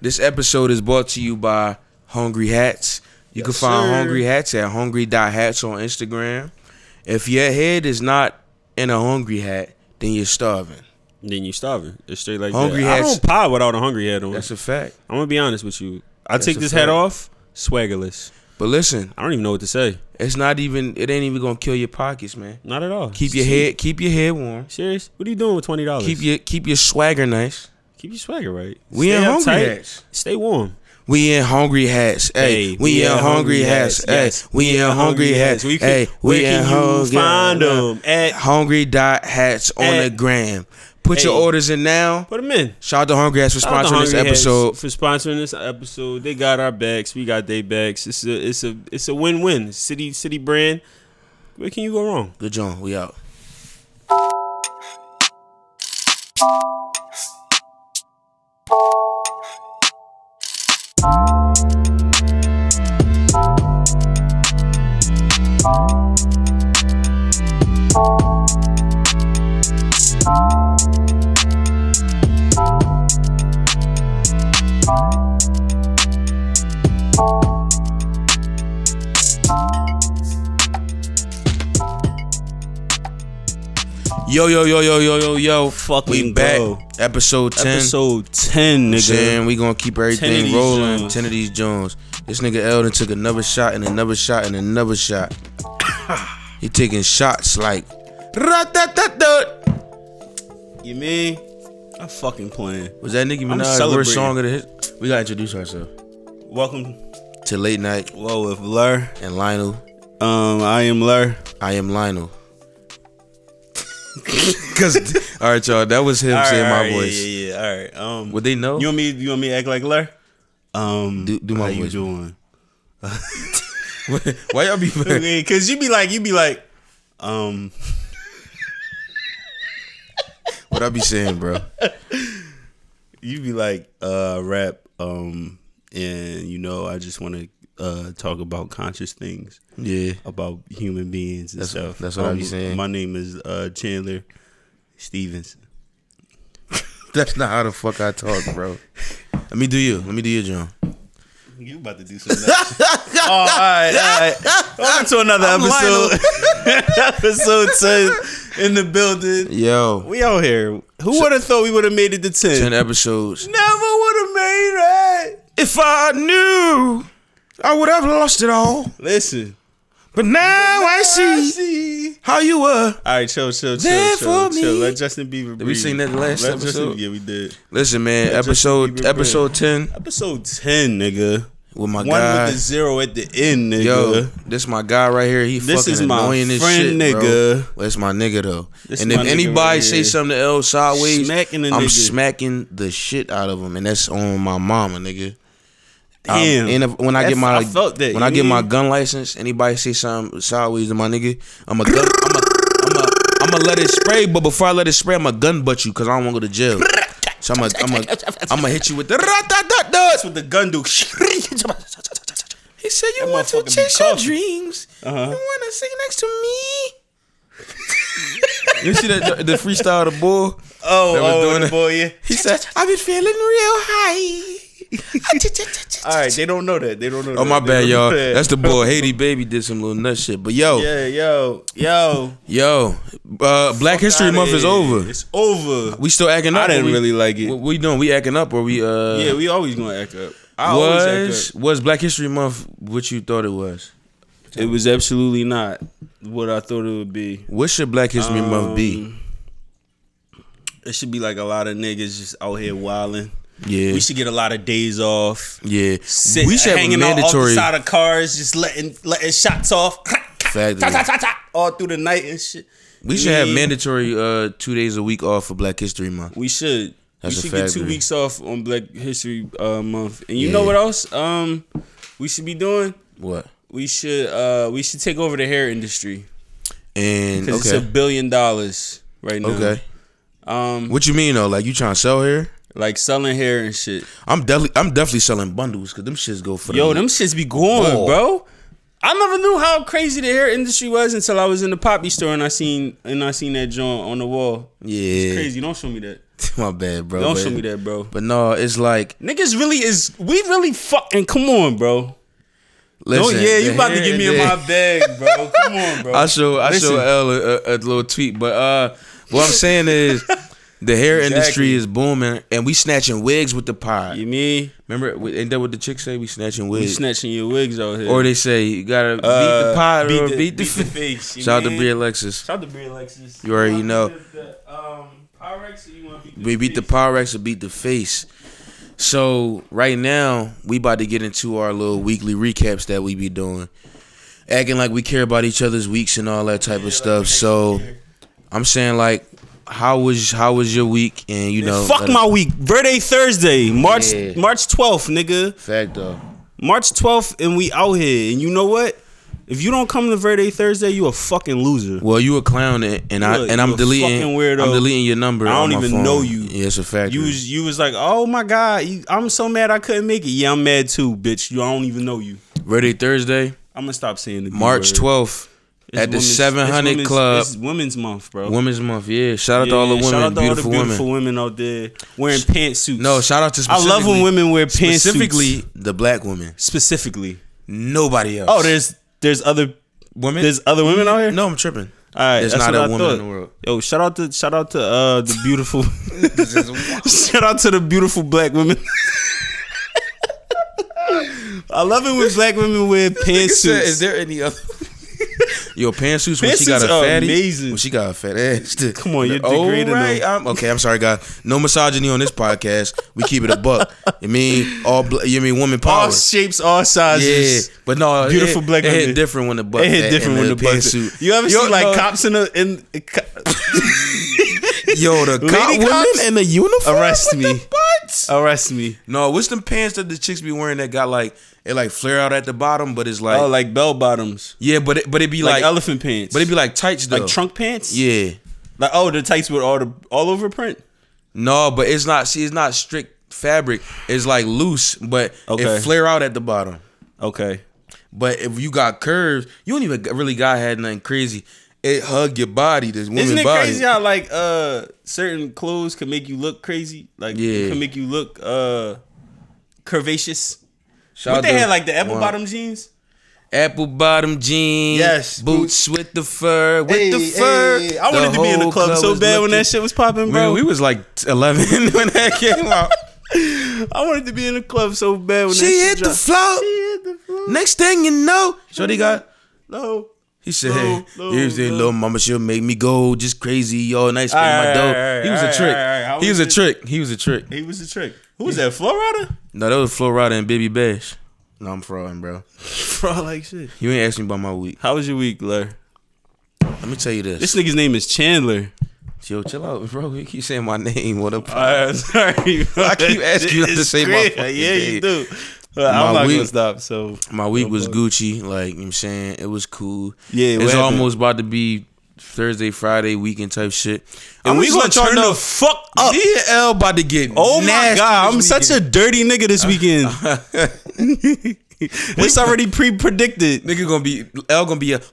This episode is brought to you by Hungry Hats. You can Yes, find sir. Hungry Hats at hungry.hats on Instagram. If your head is not in a hungry hat, then you're starving. Then you starving. It's straight like Hungry that. I hats- don't pie without a hungry head on. That's a fact. I'm gonna be honest with you. I That's take a this hat fact. off, swaggerless. But listen, I don't even know what to say. it's not even it ain't even gonna kill your pockets, man. Not at all. Keep your See? head keep your head warm. Serious? What are you doing with twenty dollars? Keep your keep your swagger nice. keep your swagger right. We in hungry uptight. hats. Stay warm. We in hungry hats, hey. We in hungry hats, hey. yes. We in hungry hats, We hey. can- We where in can you hungry. find 'em? At- hungry dot hats on At- the gram. Put your Hey. orders in now. Put them in. Shout out to Hungry Hats for Shout out to sponsoring this Hungry Hats episode. For sponsoring this episode, they got our backs. We got their backs. It's a it's a it's a win win. City city brand. Where can you go wrong? Good John, we out. Yo, yo, yo, yo, yo, yo, yo. Fucking We back. go. Episode 10. Episode ten, nigga. Saying we gonna keep Ten of everything these rolling. Jones. Ten of these Jones. This nigga Eldon took another shot and another shot and another shot. he taking shots like. "Ra-ta-ta-ta." You mean? I'm fucking playing. Was that Nicki Minaj's celebrating. worst song of the hit? We gotta introduce ourselves Welcome. to Late Night Well, with Lur. and Lionel. Um, I am Lur. I am Lionel. Cause all right, y'all, that was him saying my voice. Yeah, yeah, All right. Um, Would they know? you want me? You want me to act like Lur? Um, Do- do my how voice. you doing? Why y'all be? Okay, Cause you be like, you be like, um, what I be saying, bro? you be like, uh, rap. Um, and you know, I just want to uh talk about conscious things Yeah. about human beings and That's- stuff. Um, that's what I be saying. My name is uh Chandler Stevens. That's not how the fuck I talk, bro. Let me do you. Let me do you, John. You about to do something? else. oh, all right, all right. Welcome to another episode. episode ten in the building. Yo, We out here. Who would have thought we would have made it to ten? ten episodes. Never would have made it. If I knew, I would have lost it all. Listen, But now I see see. how you were. All right, chill, chill, chill, There chill, for me. chill. Let Justin Bieber. Did we sing that last episode? yeah, we did. Listen, man. Justin Episode Bieber episode ten Episode ten, nigga. with my One guy. with the zero at the end, nigga. Yo, this my guy right here. He This fucking is my annoying as shit, friend, bro. nigga. Well, That's my nigga though. This and my if nigga anybody right say here. something to L sideways, Smacking the I'm nigga. smacking the shit out of him, and that's on my mama, nigga. Damn. Um, and if, when I That's- get my I felt that, when you I get my mean? gun license, anybody say something sideways to my nigga, I'm a gun. I'm a, I'm a, I'm a let it spray, but before I let it spray, I'm a gun butt you because I don't want to go to jail. So I'm a, I'm a, I'm a hit you with the. That's what the gun do. He said you want to motherfucker be chase your coughing. dreams. Uh-huh. You wanna sit next to me. you see that the, the freestyle of the bull? Oh, That was oh, doing the it. boy, yeah. He said, I've been feeling real high. All right, they don't know that. They don't know. Oh that. my They bad, don't know y'all. that. That's the boy. Haiti baby did some little nut shit. But yo, Yeah, yo, yo. yo, uh, Black History Outta Month is here. over. It's over. We still acting I up. didn't or we, really like it. What we doing? We acting up or we? Uh, yeah, we always gonna act up. I always act was was Black History Month what you thought it was? up. It was absolutely not what I thought it would be. What should Black History Month be? Um, It should be like a lot of niggas just out here wilding. Yeah, We should get a lot of days off. Yeah, Sit, we should have a hanging out off the mandatory side of cars, just letting letting shots off. Factory. Ta, ta, ta, ta, All through the night and shit. We should have Yeah. mandatory uh, two days a week off for Black History Month. We should. That's a we should get fact, two man. weeks off on Black History uh, Month. And you Yeah. know what else? Um, we should be doing. What? We should. Uh, we should take over the hair industry And because it's a okay, billion dollars right now. okay. Um, What you mean though? Like you trying to sell here? like selling hair and shit. I'm definitely, I'm definitely selling bundles because them shits go for the Yo, them shits be going, Ball. bro. I never knew how crazy the hair industry was until I was in the poppy store and I seen and I seen that joint on the wall. yeah. Crazy. Don't show me that. My bad, bro. Don't but- show me that, bro. But no, it's like Niggas really is. We really fucking. Come on, bro. listen. oh yeah, you about to here get me it in is. my bag, bro. Come on, bro. I show I show Listen. L a, a, a little tweet, but uh, what I'm saying is the hair industry Exactly. is booming, and we snatching wigs with the pod. You mean Remember, we- ain't that what the chick say? We snatching you wigs, snatching your wigs out here? or they say you gotta beat the Uh, pod beat or the- beat the. beat the face, you Shout out to mean? Brie Alexis. Shout out to Brie Alexis. You already know. Um, Pyrex, or you want to We beat the Pyrex or beat the face. So right now we about to get into our little weekly recaps that we be doing, acting like we care about each other's weeks and all that type of stuff. So I'm saying like, how was how was your week? And you know, Fuck let us- my week. Verde Thursday, March Yeah. March twelfth, nigga. fact though. March twelfth, and we out here. And you know what? If you don't come to Verde Thursday, you a fucking loser. Well, you a clown and, and I Look, and you I'm a deleting fucking weirdo. I'm deleting your number. I on don't my even phone. know you. Yeah, it's a fact. You was you was like, oh my god, you, I'm so mad I couldn't make it. Yeah, I'm mad too, bitch. You I don't even know you. Ready Thursday, I'm gonna stop saying the B March word. 12th at the It's women's- it's 700 women's- Club. It's Women's Month, bro. Women's Month, yeah. Shout out to all the Yeah, women, shout out to beautiful, all the beautiful women. women. out there wearing pantsuits. No, shout out to I specifically, love when women wear pantsuits. specifically the black women. specifically. Nobody else. Oh, there's there's other women. there's other women out here. no, I'm tripping. All right, There's that's not what a I woman thought. in the world. Yo, shout out to shout out to uh the beautiful This is wild. shout out to the beautiful black women. I love it when black women wear Said, Is pantsuits. there any other? Yo, pantsuits when she got a Pantsuits are fatty. amazing. When she got a fat ass. too. Come on, you're All degrading right, I'm, okay, I'm sorry, guys. No misogyny on this podcast. We keep it a buck. You mean all? Bla- you mean woman power? All shapes, all yeah, sizes. but no, Beautiful it, black it hit women. different when the butt. They hit fat different and when the butt. pantsuit. You ever Yo, see like no, cops in a in Yo, the cop Lady women cops? in the uniform. Arrest with the me. butts? arrest me? No, what's them pants that the chicks be wearing that got like it like flare out at the bottom, but it's like Oh, like bell bottoms, yeah, but it but it be like, like, elephant pants, but it be like tights though. like trunk pants. Yeah, Like oh, the tights with all the all over print. no, but it's not. See, it's not strict fabric. It's like loose, but Okay. it flare out at the bottom. Okay. But if you got curves, you don't even really got had nothing crazy. It hug your body, this woman Isn't it body. crazy how like uh certain clothes can make you look crazy? Like Yeah. can make you look uh curvaceous. Shout what out they to- had like the apple Wow. bottom jeans? apple bottom jeans, Yes. boots with the fur, with the Hey, fur. hey, I wanted The to be in the whole club, so was bad when looking- that shit was popping, We, bro. we was like eleven when that came out. I wanted to be in the club so bad when She that hit shit the dropped. floor. She hit the floor. Next thing you know, Shorty got. No. He said, Low, "Hey, low, here's the low. little mama. She'll make me go just crazy all night, spend my Alright, dough." alright, he was a alright, trick. alright, how He was was a it? trick. He was a trick. He was the trick. Who was that? Florida? No, that was Flo Rida and Baby Bash. No, I'm frauding, bro. Bro, like shit. You ain't asking me about my week. How was your week, Lur? Let me tell you this. This nigga's name is Chandler. Yo, chill out, bro. You keep saying my name. What up? I'm sorry. I keep asking you not to say my It's fucking Yeah, name. you do. But My I'm not week- gonna stop. So my week was Gucci. Like you know what I'm saying, it was cool. Yeah, what it's happened? almost about to be Thursday, Friday weekend type shit. and I'ma we just gonna let y'all turn know- the fuck up. D and L about to get. Oh my nasty god, I'm this such a dirty nigga this weekend. it's already pre predicted. weekend. nigga gonna be L gonna be a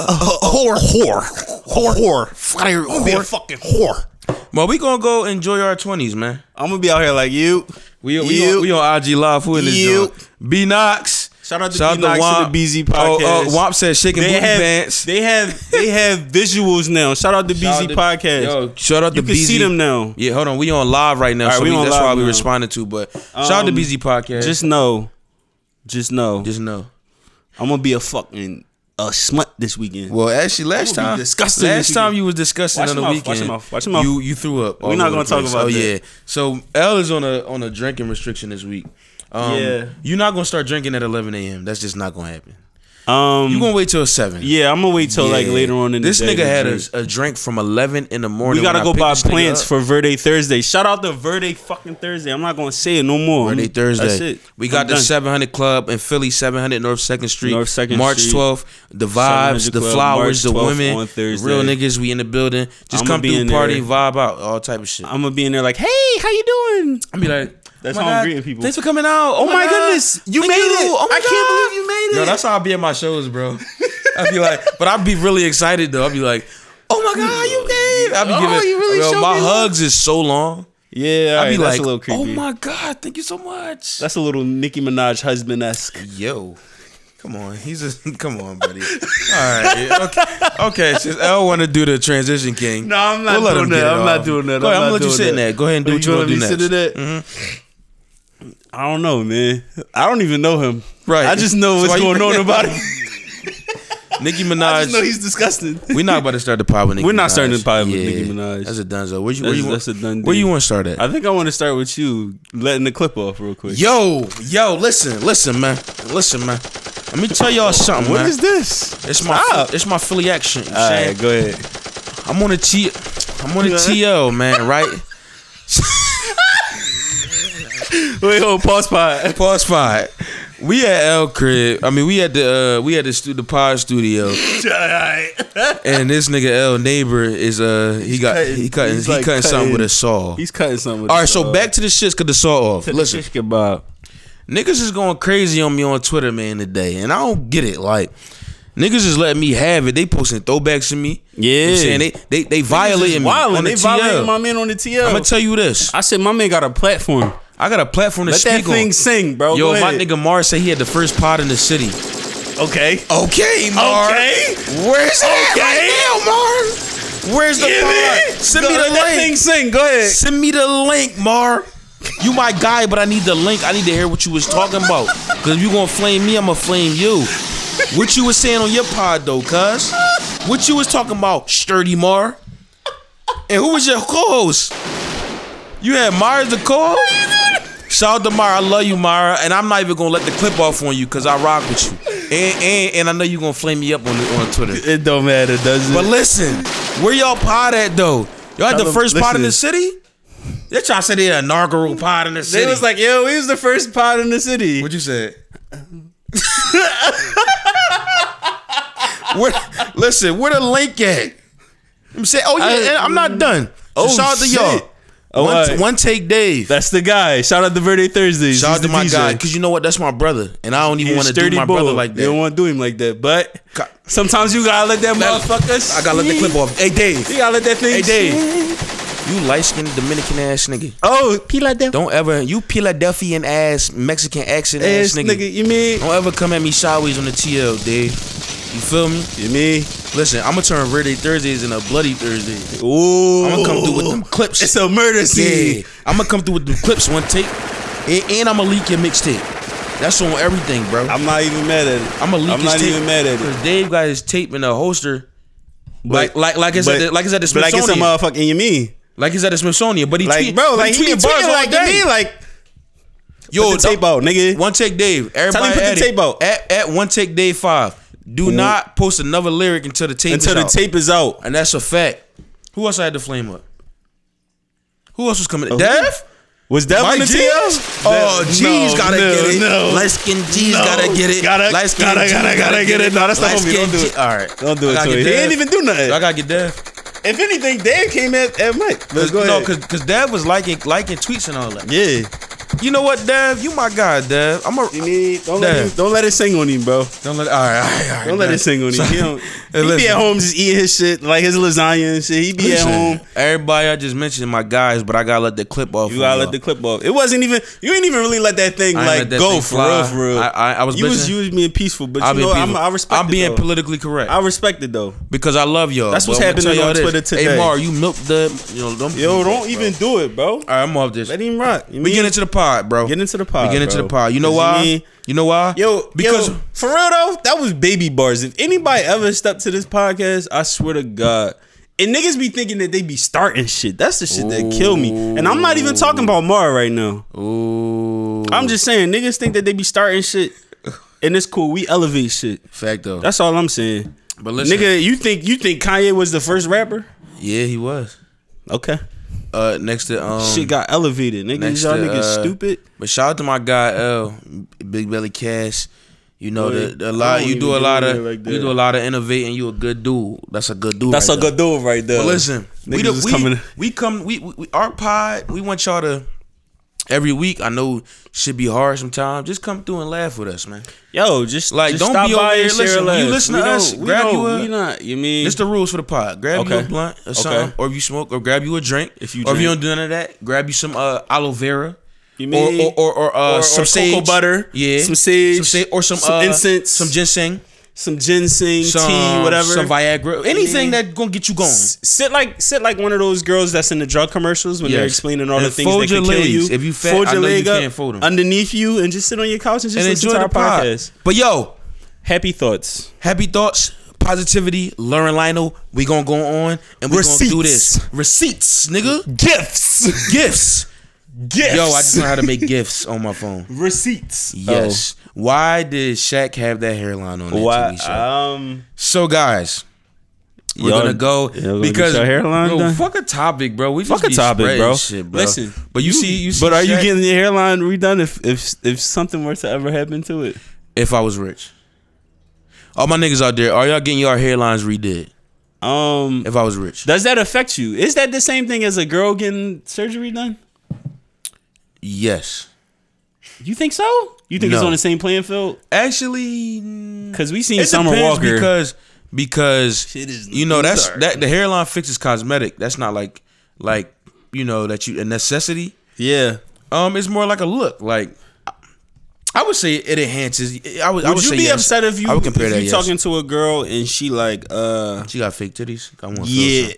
Whore, whore, whore, whore, fire, whore. Be a fucking whore. But we gonna go enjoy our twenties, man. I'm gonna be out here like you. We we, You. on, we on IG live who in this You. joint? B Knox. Shout out to B Knox and the BZ Oh, podcast. uh, Womp said shaking booty They have, pants. they have, they have visuals now. Shout out to Shout BZ out to- Podcast. Yo, shout out you to can BZ. see them now. Yeah, hold on. We on live right now, right, so we we on that's live why we now. responded to. But shout out to Um, BZ podcast. Just know, just know, just know. I'm gonna be a fucking a smut this weekend. Well, actually, last I'm gonna time, be disgusting this last time weekend. you was disgusting Watch on the your mouth, weekend. watch your mouth, watch your mouth. You you threw up. all not over gonna the talk place. about Oh that. yeah. So L is on a on a drinking restriction this week. Um, Yeah. You're not gonna start drinking at 11 a.m. That's just not gonna happen. um, You are gonna wait till seven. yeah, I'm gonna wait till like Yeah. later on in the this day. nigga to had drink. a, a drink from 11 in the morning. We gotta when I go picked buy this nigga plants up. for Verde Thursday. Shout out to Verde fucking Thursday. I'm not gonna say it no more. Monday, I'm- Thursday. That's it. We got I'm the done. 700 Club in Philly, 700 North 2nd Street. North 2nd March Street. 12th. The 700 vibes, the Club, flowers, March the 12th women. on Thursday. Real niggas, we in the building. Just I'ma come be through, in party, there. vibe out, all type of shit. I'm gonna be in there like, hey, how you doing? I'm be like, That's oh my how I'm God, greeting people. Thanks for coming out. Oh, my God. goodness, you Thank made it. Oh my I can't God. believe you made Yo, it. that's how I be at my shows, bro. I'd be like, but I'd be really excited though. I'd be like, oh my God, you made mean? I be Oh, giving you really yo, showed my me love. hugs is so long. Yeah, all I right, be that's like, a little creepy. oh my god, thank you so much. That's a little Nicki Minaj husband esque. Yo, come on, he's a come on, buddy. All right, okay, okay. Since I don't want to do the transition king, No, I'm we'll not let doing him that. get it I'm off. not doing that. Go ahead, I'm, not gonna let you doing sit in that. there. Go ahead and do Are what you gonna want to do let next. me sit in that? Mm-hmm. I don't know, man. I don't even know him. Right. I just know So what's why you going bring on that about him. Nicki I just know Minaj. he's disgusting. We're not about to start the pod with Nicki. We're not Minaj. starting the pod with Nicki Minaj. That's a dunzo. Where you, where That's- you want, that's a done Where deal. you want to start at? I think I want to start with you letting the clip off real quick. yo, yo, listen, listen, man, listen, man. Let me tell y'all something, What man. is this? it's my Stop. it's my Philly action. You know what All I'm right, saying? go ahead. I'm on a T. I'm on a TL, man. Right. Wait, hold, pause pod. Pause five. We at L crib. I mean, we at the uh, we at the, stu- the pod studio, All right. and this nigga L neighbor is uh he got he cutting he's he like cutting something cutting- with a saw. He's cutting something. With All right, so back to the shits, cut the saw off. Listen, kebab. niggas is going crazy on me on Twitter, man, today, and I don't get it. Like niggas is letting me have it. They posting throwbacks to me. You know what I'm Yeah. saying they they they violating me on the They violating TL. my man on the TL. I'm gonna tell you this. I said my man got a platform. I got a platform to Let speak that thing on. sing, bro. Yo, Go my ahead. nigga Mars said he had the first pod in the city. Okay. Okay, Mars. Okay. Where's that Okay. right now, Mar? Where's the Yeah, Mar? man. Send Go, me let the that thing link. sing. Go ahead. Send me the link, Mar. You my guy, but I need the link. I need to hear what you was talking about. Cause if you gonna flame me, I'ma flame you. What you was saying on your pod though, cuz? What you was talking about, sturdy Mar? And who was your co-host? You had Mars the co-host? Shout out to Mara, I love you, Mara, and I'm not even gonna let the clip off on you because I rock with you, and, and and I know you gonna flame me up on the, on Twitter. It don't matter, does it? But listen, where y'all pod at though? Y'all had Tell the them- first pod in the listen. city? They trying to say they inaugural pod in the they city. was like, yo, we was the first pod in the city. what you said? where, listen, where the link at? I'm saying, oh yeah, I- and I'm not done. So Oh, shout out to y'all. shit. Oh, One- all right. one take Dave. That's the guy. Shout out to Verde Thursdays. Shout out He's to the my DJ. guy, cause you know what? That's my brother, and I don't even He's want to do sturdy my bull. brother like You don't that. want to do him like that. But Ca- sometimes you gotta let that motherfucker. I gotta let the clip off. Hey Dave, You gotta let that thing. Hey, Dave. sing. you light skinned Dominican ass nigga. Oh, peel like that Don't ever you Philadelphian ass Mexican accent ass, ass nigga. nigga. You mean? Don't ever come at me sideways on the TL, Dave. You feel me? You mean? Listen, I'm gonna turn Verde Thursdays into Bloody Thursdays. Ooh. I'm gonna come through with them clips. It's a murder Yeah, scene. I'm gonna come through with them clips one take, and, and I'm gonna leak your mixtape. That's on everything, bro. I'm not even mad at it. I'm gonna leak I'm his not tape. even mad at it. Cause Dave got his tape in a holster. like, like, like it's but- at the, like it's at the But like it's a Smithsonian. Like, motherfucking. You mean? it's at the Smithsonian. But he Like tweet, bro, but like he be tweeting bars tweeting all like you day. mean like yo, put the tape don't- out, nigga. One take Dave. Everybody Tell him put the at it. tape out. at, at one take Dave five. Do not post another lyric until the tape until is the out. tape is out. and that's a fact. Who else I had to flame up? Who else was Oh. coming? Dev. Was that My on the G's? TL? Oh, That- G's no, gotta no, get it. No. Light skin G's No. gotta get it. Gotta- Light skin gotta- G's gotta- gotta get it. No, that's not what we- Light-skinned don't do G- it. All right, Don't do I it gotta to get him. He Dev. didn't even do nothing. I gotta get Dev. if anything, Dave came at, at Mike. But Cause, go no, ahead. cause, cause Dev was liking liking tweets and all that. yeah. You know what, Dev? You my guy, Dev. I'm a. You need, don't, let Damn. him, don't let it sing on him, bro. Don't let all right, all right, all right Don't let man. it sing on him. He, don't, Hey, he be listen. at home just eating his shit, like his lasagna and shit. He be Listen, at home. Everybody, I just mentioned my guys, but I gotta let the clip off. You gotta let the clip off. It wasn't even. You ain't even really let that thing I ain't like let that go thing for fly. real, for real. I- I- I was You was bitching. you was being peaceful, but I'll you be know I'm, people. I respect. I'm it, being though. politically correct I respect it though. because I love y'all. That's what's but I'm gonna happening tell y'all on this. Twitter today. Hey, Mar, you milk the you know. Don't, Yo, don't even do it, bro. All right, I'm off this. Let him rock. You we mean- get into the pod, bro. Get into the pod, We get into bro. the pod. You know 'Cause you why? You, mean- know why? Yo, because because for real though, that was baby bars. If anybody ever stepped to this podcast, I swear to God. And niggas be thinking that they be starting shit. That's the shit that kill me. And I'm not even talking about Mara right now. ooh, I'm just saying niggas think that they be starting shit. And it's cool. We elevate shit. fact though. That's all I'm saying. But listen, Nigga, you think you think Kanye was the first rapper? yeah, he was. Okay. Uh, next to um, shit got elevated. Niggas, next y'all to, niggas uh, stupid. But shout out to my guy L, Big Belly Cash. You know Boy, the, the, a I lot. don't You do even a get lot in of there like that. you do a lot of innovating. You a good dude. That's a good dude. That's right a there. good dude right there. But listen, we, Niggas the, is we coming- we come we, we we- our pod. We want y'all to every week. I know should be hard sometimes. Just come through and laugh with us, man. Yo, just Like, just don't stop be by over here. and share Listen, a you laugh. listen to We us, don't- we grab you don't- a- We not. You mean It's the rules for the pod. Grab you a Okay. blunt or something, Okay. or if you smoke, or grab you a drink. If you or if you don't drink. do none of that, grab you some uh, aloe vera. You Or mean- or or, or, uh, or- or some cocoa sage. butter, yeah, some sage, some sage or some, some uh, incense, some ginseng, some ginseng, some tea, whatever. some Viagra, anything mean- that gonna get you going. S- sit like sit like one of those girls that's in the drug commercials when they're Yes. explaining all And the things fold that your could kill legs. you. If you fat, I know you can't fold 'em. underneath you and just sit on your couch and just and listen enjoy to the our pod. podcast. But yo, Happy thoughts. happy thoughts, positivity, Lauren Lionel. We gonna go on and we gonna do Receipts. this. Receipts, nigga. Gifts. gifts. Gifts. Yo, I just know how to make gifts on my phone. receipts. Yes. Why did Shaq have that hairline on that Oh. Why? TV show? Um. so guys, we're Y'all- gonna go y'all gonna because get your hairline Yo, done? fuck a topic, bro. We just Fuck a be topic, spreading bro. Shit, bro. Listen, but you, see, you see. But are you Shaq- getting your hairline redone if if if something were to ever happen to it? If I was rich, all my niggas out there, are y'all getting your hairlines redid? Um. If I was rich, Does that affect you? Is that the same thing as a girl getting surgery done? yes. You think so? You think it's No. on the same playing field? Actually, Because we seen it Summer depends Walker. because because Shit is you know that's bizarre. that the hairline fix is cosmetic. That's not like like you know that you a necessity. yeah. Um, it's more like a look. Like I would say it enhances. I would. I would Would you say be yes. upset if you I would compare if that. you yes. talking to a girl and she like uh She got fake titties. I want. yeah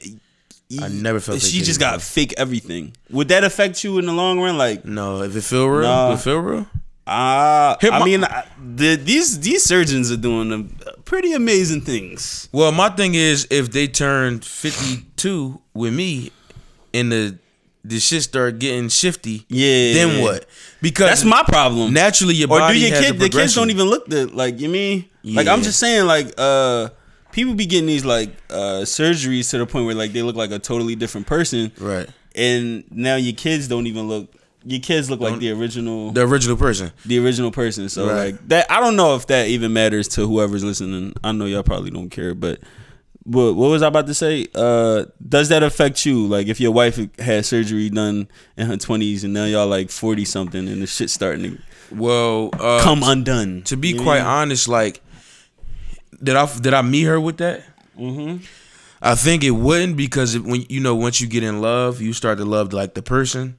I never felt she like just getting got fake everything. Would that affect you in the long run? Like No, if it feel real, Nah. if it feel real. ah, Hit I my- mean I, the, these these surgeons are doing um, pretty amazing things. Well, my thing is, if they turn fifty two with me, and the the shit start getting shifty, Yeah. then what? Because That's my problem. naturally your or body do your has a kid the kids progression. don't even look the like you mean like i'm Yeah. just saying like uh people be getting these like uh surgeries to the point where like they look like a totally different person right and now your kids don't even look your kids look like the original the original person. the original person so Right. like that i don't know if that even matters to whoever's listening i know y'all probably don't care but but what was I about to say? Uh, does that affect you? Like, if your wife had surgery done in her twenties, and now y'all like forty something, and the shit's starting to Well, uh, come undone. to be You know quite what honest, like did I did I meet her with that? Mm-hmm. I think it wouldn't because it, when you know once you get in love, you start to love like the person.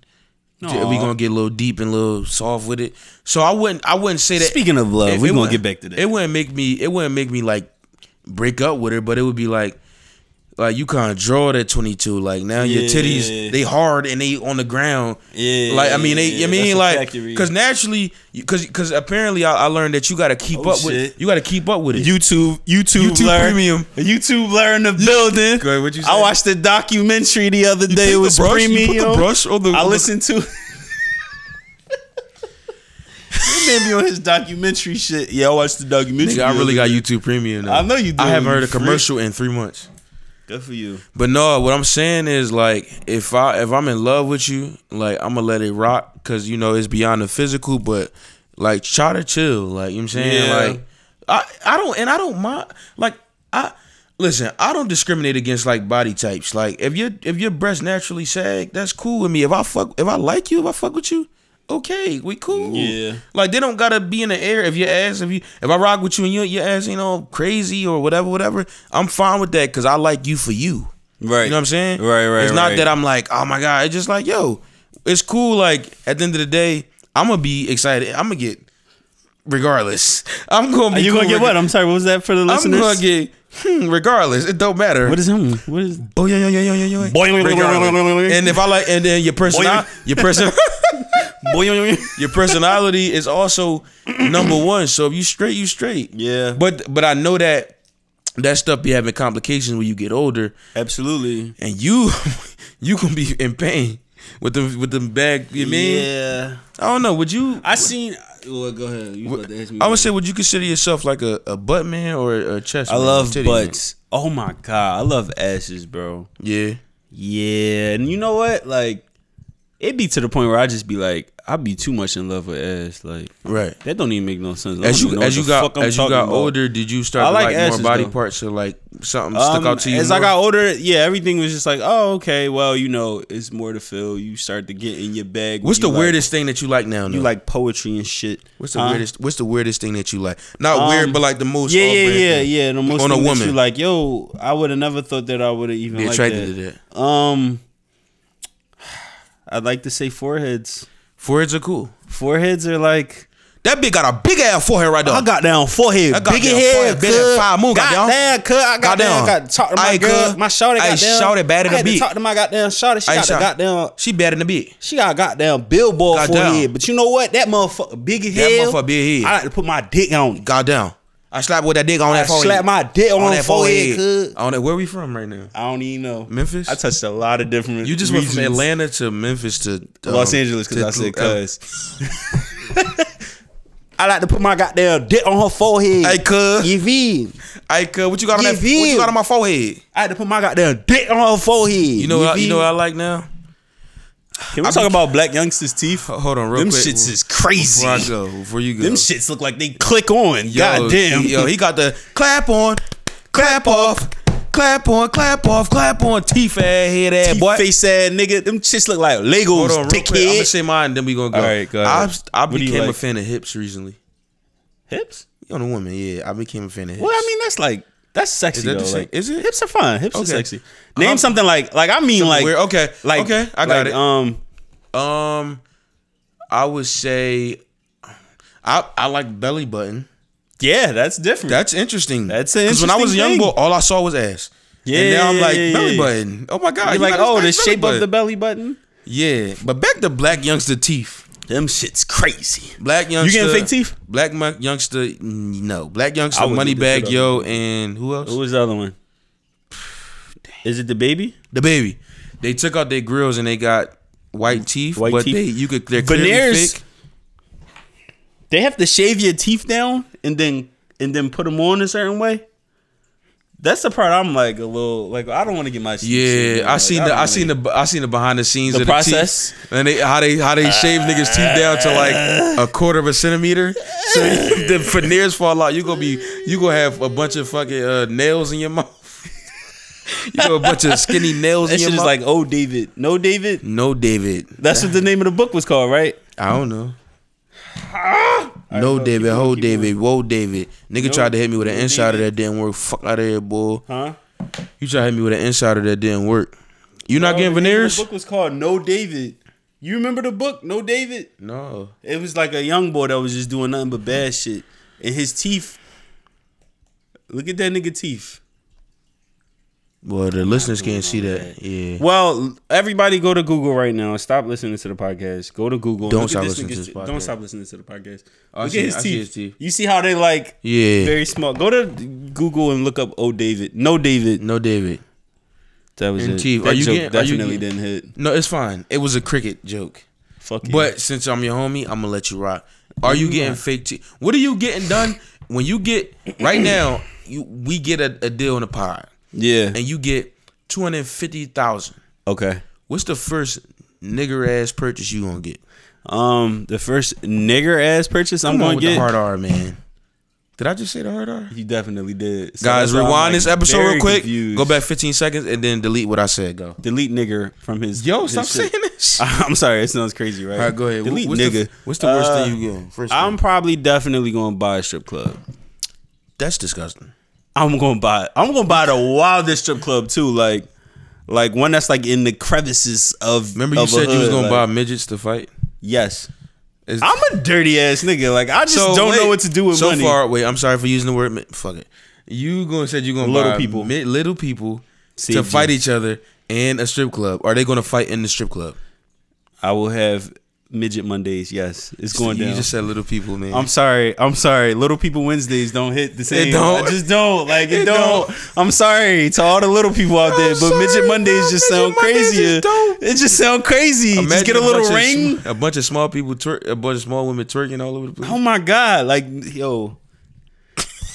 Aw. We gonna get a little deep and a little soft with it. So I wouldn't I wouldn't say I mean? that. speaking of love, it- uh, we it gonna wouldn't- get back to that. It wouldn't make me. It wouldn't make me like break up with her, but it would be like. Like you kind of draw that twenty two. Like now your Yeah. titties they hard and they on the ground. Yeah, Like I mean they. I yeah, that's mean a like factory. because naturally because because apparently I, I learned that you got to keep Oh, up shit. with you got to keep up with it. YouTube, YouTube, YouTube blur. Premium. YouTube blur in the building. Go ahead, what'd you say? I watched the documentary the other day. It was premium. or the I listened to. Maybe on his documentary shit. Yeah, I watched the documentary. Nigga, I really the got other day. YouTube Premium. Now. I know you do, I haven't you heard a freak. commercial in three months. Good for you. But no, what I'm saying is like if I if I'm in love with you, like I'm gonna let it rock because you know it's beyond the physical, but like try to chill, like you know what I'm saying, Yeah. like I I don't and I don't mind like I listen I don't discriminate against like body types. Like if your if your breasts naturally sag, that's cool with me. If I fuck if I like you, if I fuck with you. Okay, we cool. Yeah. like they don't gotta be in the air. If your ass, if you, if I rock with you and your your ass, you know, crazy or whatever, whatever. I'm fine with that because I like you for you. Right. You know what I'm saying? Right, right, It's not right. that I'm like, oh my god. It's just like, yo, it's cool. Like at the end of the day, I'm gonna be excited. I'm gonna get, regardless. I'm gonna Are be. you cool gonna get reg- what? I'm sorry. What was that for the I'm listeners? gonna get. Hmm, regardless, it don't matter. what is him? What is? Oh yeah, yeah, yeah, yeah, yeah, yeah. Boing, Regardless. boing, boing, boing. And if I like, and then your person, Boing. your person. Boy, your personality is also number one. So if you straight, you straight. Yeah. But but I know that that stuff be having complications when you get older, absolutely. and you you can be in pain with them with them bag. You mean? Yeah. I don't know. Would you? I, I seen. Well, go ahead. You about to ask me would say, would you consider yourself like a, a butt man or a chest? I man, love titty man? butts. Oh my god, I love asses, bro. Yeah. Yeah, and you know what? Like, it be to the point where I just be like, I be too much in love with ass. Like, Right. that don't even make no sense. I As don't even you know as what you the got fuck I'm as you talking got about. older, did you start I to like like asses, more body though. parts or like something stuck Um, out to you? As I more? got older, yeah, everything was just like, oh, okay, well, you know, it's more to feel. You start to get in your bag. when what's the you like- weirdest thing that you like now? You though? like poetry and shit. what's the Huh? weirdest? What's the weirdest thing that you like? Not Um, weird, but like the most. Yeah, off yeah, brand yeah, thing. yeah. The most oh, On a thing that woman. you like, yo, I would have never thought that I would have even Be liked attracted that. to Um, I'd like to say foreheads. Foreheads are cool. Foreheads are like That bitch got a big ass forehead right there. I got down forehead, That goddamn bigger head, forehead, bigger cut. five moon, goddamn. goddamn, cut. I got Goddamn. down, got to talk to my Aye, girl, cut. my shorty, Aye, goddamn. shorty better I than had beat. to talk to my goddamn shorty. She Hey, got the Sean, goddamn. She better than a bitch. She got a goddamn billboard Goddamn. forehead, but you know what? That motherfucker big as That hell. motherfucker big as hell. I like to put my dick on. it. Goddamn. I slapped with that dick on I that forehead. slap my dick on, that forehead. cuz. On that, where we from right now? I don't even know. Memphis? I touched a lot of different. You just regions. went from Atlanta to Memphis to um, Los Angeles because to- I said uh, cuz. I like to put my goddamn dick on her forehead. Hey, cuz. You feel? me? Hey, cuz, Uh, what you got on that? Yeah, What you yeah. got on my forehead? I had to put my goddamn dick on her forehead. You know what? I, you know what feel me? I like now. Can we talk about black youngsters' teeth? Ho- Hold on, real Them quick. shits is crazy. Before I go, before you go, Them shits look like they click on. God damn. he- yo, he got the clap on, clap off, clap on, clap off, clap on, teeth ass head ass boy. face ass nigga. Them shits look like Hold on, Legos. real quick. I'm gonna dickhead. say mine, then we gonna go. All right, go ahead. I've- I, What do you became a like? fan of hips recently. Hips? You know, a woman, yeah. I became a fan of hips. Well, I mean, that's like that's sexy Is that the though. same- Like, is it? Hips are fine. Hips are Okay. sexy. Name Um, something like like I mean like weird. Okay, like okay, I like, got it. Um, Um, I would say, I I like belly button. yeah, that's different. That's interesting. That's an 'Cause when I was a young interesting boy, thing. all I saw was ass. and Yeah, now I'm yeah, like yeah, belly yeah. button. Oh my god! You're you like got this oh the nice belly shape of the button. belly button. yeah. But back to black youngster teeth. Them shits crazy. Black youngster. getting fake teeth? Black mon- youngster. mm, No, black youngster. I wouldn't Money do this bag shit yo and who else? Who was the other one? Is it the baby? The baby. They took out their grills and they got white teeth. White but teeth. they you could they're clearly Veneers. thick. They have to shave your teeth down and then and then put them on a certain way. That's the part I'm like a little like I don't want to get my teeth shaved Yeah, down. I Like, seen don't the I wanna- seen the I seen the behind the scenes The of process? the teeth and they how they how they shave niggas teeth down to like a quarter of a centimeter. So if the veneers fall out, you gonna be you gonna have a bunch of fucking uh, nails in your mouth. you got a bunch of skinny nails That in your shit is mouth. like oh David, no David. no, David. That's what the name of the book was called, right? I don't know. no, David. Hold, David. Whoa, David. Nigga tried to hit me with an no, insider David. that didn't work. Fuck out of here, boy. Huh? You tried to hit me with an insider that didn't work. You not Bro, getting the name of veneers? The book was called No David. You remember the book No David? No. It was like a young boy that was just doing nothing but bad shit, and his teeth. Look at that nigga teeth. Well, the listeners can't see that. Yeah. Well, everybody go to Google right now. Stop listening to the podcast. Go to Google. and Don't look at stop this listening to nigga's- this podcast. Oh, Don't stop listening to the podcast. I look see- at his I teeth. see his teeth. You see how they like Yeah. very small. Go to Google and look up Oh David. No David. No, David. That was And it. teeth. That Are you joke getting- are you definitely getting- didn't hit. No, it's fine. It was a cricket joke. Fuck you. But since I'm your homie, I'm gonna let you rock. Are you getting fake teeth? What are you getting done when you get right now? You we get a, a deal in the pod, yeah. and you get two hundred fifty thousand. Okay. What's the first nigger ass purchase you gonna get? Um, the first nigger ass purchase I'm Come on gonna with the get. hard R, man. Did I just say the hard R? You definitely did. So Guys, that's why I'm, rewind like, this episode very real quick. confused. Go back 15 seconds and then delete what I said. Go. Delete nigger from his. Yo, his stop shit. saying this. I'm sorry. It sounds crazy, right? All right, go ahead. Delete what's nigger. The, what's the worst Uh, thing you get? First I'm I'm, probably definitely gonna buy a strip club. that's disgusting. I'm gonna buy. I'm gonna buy the wildest strip club too. Like, like one that's like in the crevices of. Remember you of a said you was hood, gonna like- buy midgets to fight. Yes. Is- I'm a dirty ass nigga. Like I just don't wait, know what to do with so money. far, wait. I'm sorry for using the word. mi- Fuck it. You gonna said you gonna Little buy people. mi- little people to CG. fight each other in a strip club. Are they gonna fight in the strip club? I will have midget Mondays. Yes, it's going you down. just said little people, man. I'm sorry. I'm sorry. Little people Wednesdays don't hit the same. don't. I just don't like it. It don't. don't. I'm sorry to all the little people out there, I'm but midget sorry, Mondays bro. just Midget sound Mondays just crazier. don't. It just sound crazy. just Imagine get a little bunch of ring. sm- a bunch of small people, twer- a bunch of small women twerking all over the place. oh my god! Like yo.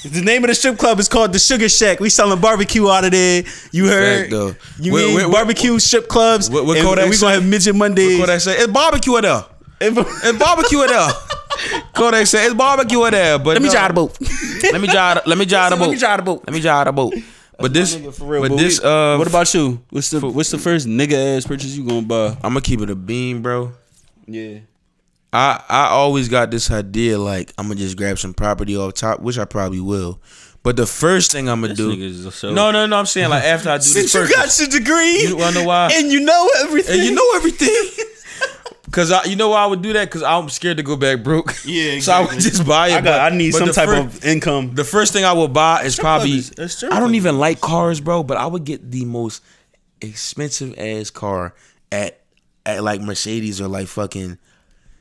The name of the strip club is called the Sugar Shack. We selling barbecue out of there. You heard? Fact, though. You What- mean what- what- barbecue strip clubs? what- what and, Kodak and we say? gonna have midget Mondays. Kodak said it's barbecue at there. Let It's barbecue at there. Kodak said it's barbecue at there. But me no. drive the boat. Let me drive. Let me drive the boat. Let me drive the boat. Let me drive the boat. But this, nigga, for real. but, we- this, uh, what about you? What's the for- what's the first nigga ass purchase you gonna buy? I'm gonna keep it a beam, bro. Yeah. I I always got this idea like I'm gonna just grab some property off top, which I probably will. But the first thing I'm gonna do, no, no, no. I'm saying like after I do this, purchase, your degree, You wanna know why? and you know everything, and you know everything. Cause I, you know why I would do that? Cause I'm scared to go back broke. Yeah, so I would exactly. just buy it. I got. but- I need but some the type fir- of income. The first thing I would buy is probably. is- a strip I club don't is- even like cars, bro. But I would get the most expensive ass car at at like Mercedes or like fucking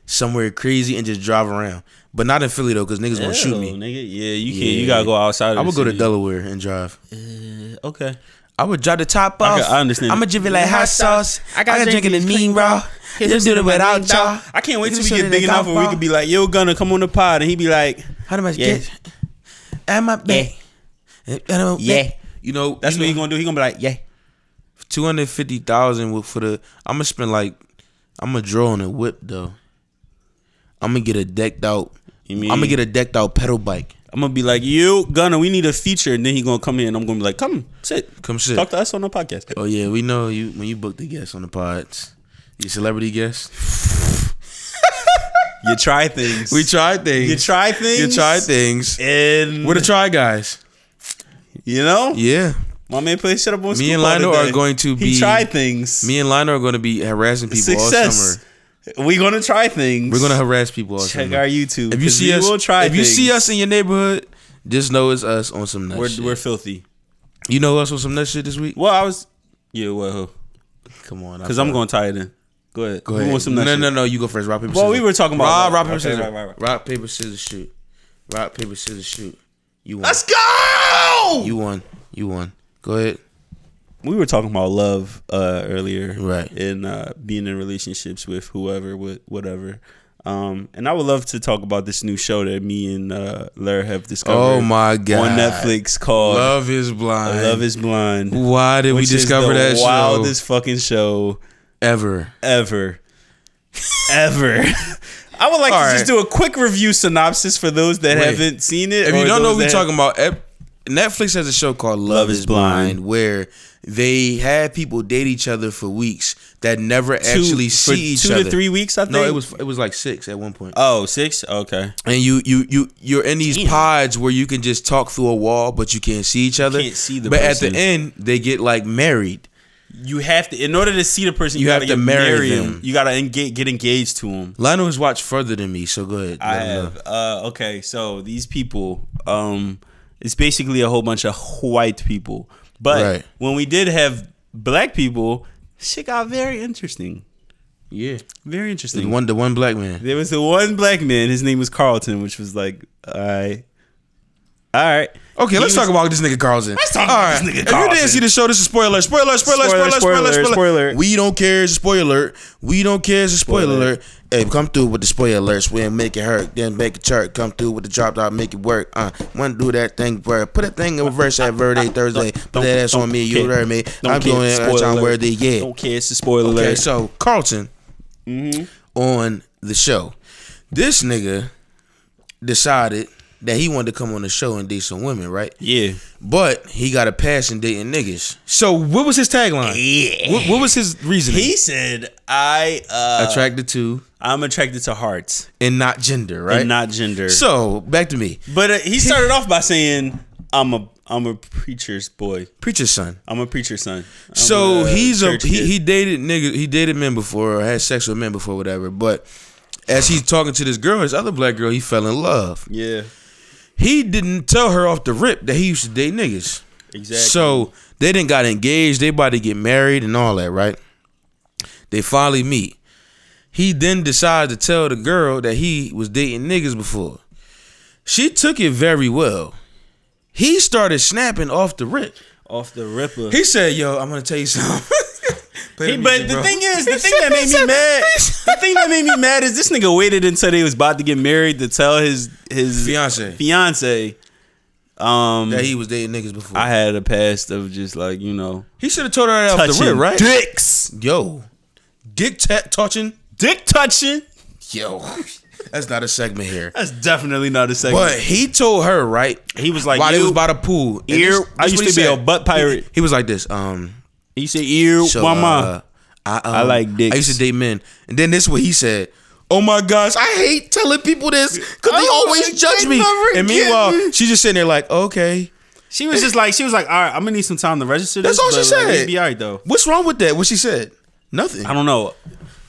somewhere crazy and just drive around. But not in Philly though, because niggas gonna shoot me. nigga. Yeah, you Yeah. can't. You gotta go outside. Of I the would go to city. Delaware and drive. Okay. I would drop the top I off. can- I understand I'ma that. just be like hot sauce. I got, drinking the mean raw. Just do it without y'all. I can't wait till we Just get in the big enough golf where we ball. could be like, "Yo, Gunna, come on the pod," and he be like, How do I Yeah. get? Am I back? Yeah. You know "That's you know, what he gonna do." He gonna be like, "Yeah." Two hundred fifty thousand for the. I'm gonna spend like. I'm gonna draw on a whip though. I'm gonna get a decked out. You I'm mean- gonna get a decked out pedal bike. I'm gonna be like, "Yo, Gunna, we need a feature," and then he gonna come here, and I'm gonna be like, "Come sit, Come sit. talk to us on the podcast." Oh yeah, we know you when you book the guests on the pods. You celebrity guests. You try things. We try things. You try things. You try things. And We're the try guys. you know, Yeah. my man plays shut up on. Me and Scoop all Lionel today. are going to he be- try things. Me and Lionel are gonna be harassing people all success. summer. We're gonna try things. We're gonna harass people all check summer. our YouTube. If you 'cause see we us, will try if you see things. us in your neighborhood, just know it's us on some nut we're, shit. we're filthy. you know us on some nut shit this week? Well, I was. Yeah, well, Come on, because I'm going to tie it in. Go ahead. Go ahead. We want some no, nut no, shit. no, no. You go first. Rock paper. Well, scissors. we were talking about- rock, rock paper Okay, scissors. right, right, right. Rock paper scissors shoot. Rock paper scissors shoot. You won. Let's go. you won. You won. Go ahead. we were talking about love uh, earlier, Right. And uh, being in relationships with whoever, with whatever. Um, and I would love to talk about this new show that me and uh, Lur have discovered. Oh my God. On Netflix called Love, Love is blind. Is Blind. Why did we which is discover the that wildest fucking show show ever? ever, ever. I would like All to right. just do a quick review synopsis for those that Wait. haven't seen it. If you or don't know those what we're that- talking about, ep- Netflix has a show called Love, Love is is Blind. Blind, where they have people date each other for weeks that never actually see for each two other. to three weeks. I think No, it was it was like six at one point. oh six. Okay, and you you you you're in these Damn. pods where you can just talk through a wall, but you can't see each other. can't see the but at person. the end, they get like married. you have to in order to see the person. You, You have gotta to get marry married them. him. You gotta engage, get engaged to him. Lionel has watched further than me, so go ahead. I let him know. have. Uh, okay, so these people, um, it's basically a whole bunch of white people. But Right. when we did have black people, shit got very interesting. Yeah, Very interesting. the one the one black man. There was the one black man. His name was Carlton, which was like, all right, all right. Okay, let's talk about this nigga Carlson. Let's talk about this nigga If you didn't Carlson. see the show, this is spoiler, spoiler, spoiler, spoiler, Spoiler, spoiler, spoiler, spoiler, spoiler. We don't care. It's a spoiler alert. We don't care. It's a spoiler, Spoiler. alert. Hey, come through with the spoiler alerts. We make it hurt, then make it chart. Come through with the drop out, make it work. Uh, want to do that thing, bro. Put that thing in reverse at Verde Thursday. Put Don't- that ass on me. don't You care. heard me. Don't I'm care. doing it. Spoiler I'm alert. worthy. Yeah. Don't care. Mm-hmm. It's a spoiler Okay, alert. so Carlton on the show. This nigga decided that he wanted to come on the show and date some women, right? yeah, But he got a passion dating niggas. So what was his tagline? Yeah. What, what was his reasoning? he said, I uh, Attracted to I'm attracted to hearts and not gender, right? and not gender. so back to me, but uh, he started off by saying, I'm a I'm a preacher's boy. preacher's son. I'm a preacher's son. I'm So a he's a church he, kid." he dated niggas. He dated men before or had sex with men before, whatever. But as he's talking to this girl, this other black girl, he fell in love. yeah He didn't tell her off the rip that he used to date niggas. exactly. So they didn't got engaged. They about to get married and all that, right? They finally meet. He then decides to tell the girl that he was dating niggas before. She took it very well. He started snapping off the rip. off the ripper. He said, "Yo, I'm gonna tell you something." Play He- but music, the bro. thing is, the thing that made me mad, the thing that made me mad is this nigga waited until they was about to get married to tell his his Fiancé. fiance. Um, that he was dating niggas before. I had a past of just like you know he should have told her that off the touching rip, right? dicks, Yo, dick tat touching. dick touching. Yo, That's not a segment here. That's definitely not a segment. But he told her, right? He was like, while they "You was by the pool, and ear- this- I this what used he to be said. a butt pirate. He, he was like this. Um, he said, "Ear, so, mama." uh, I, um, I like dicks. I used to date men, and then this is what he said. Oh my gosh, I hate telling people this because they Oh, always they judge me. never And get meanwhile, me. she's just sitting there like, okay, she was just like, she was like, "All right, I'm gonna need some time to register." that's this, all she but, like, said. it'd be all right though. What's wrong with that? What she said? Nothing. I don't know.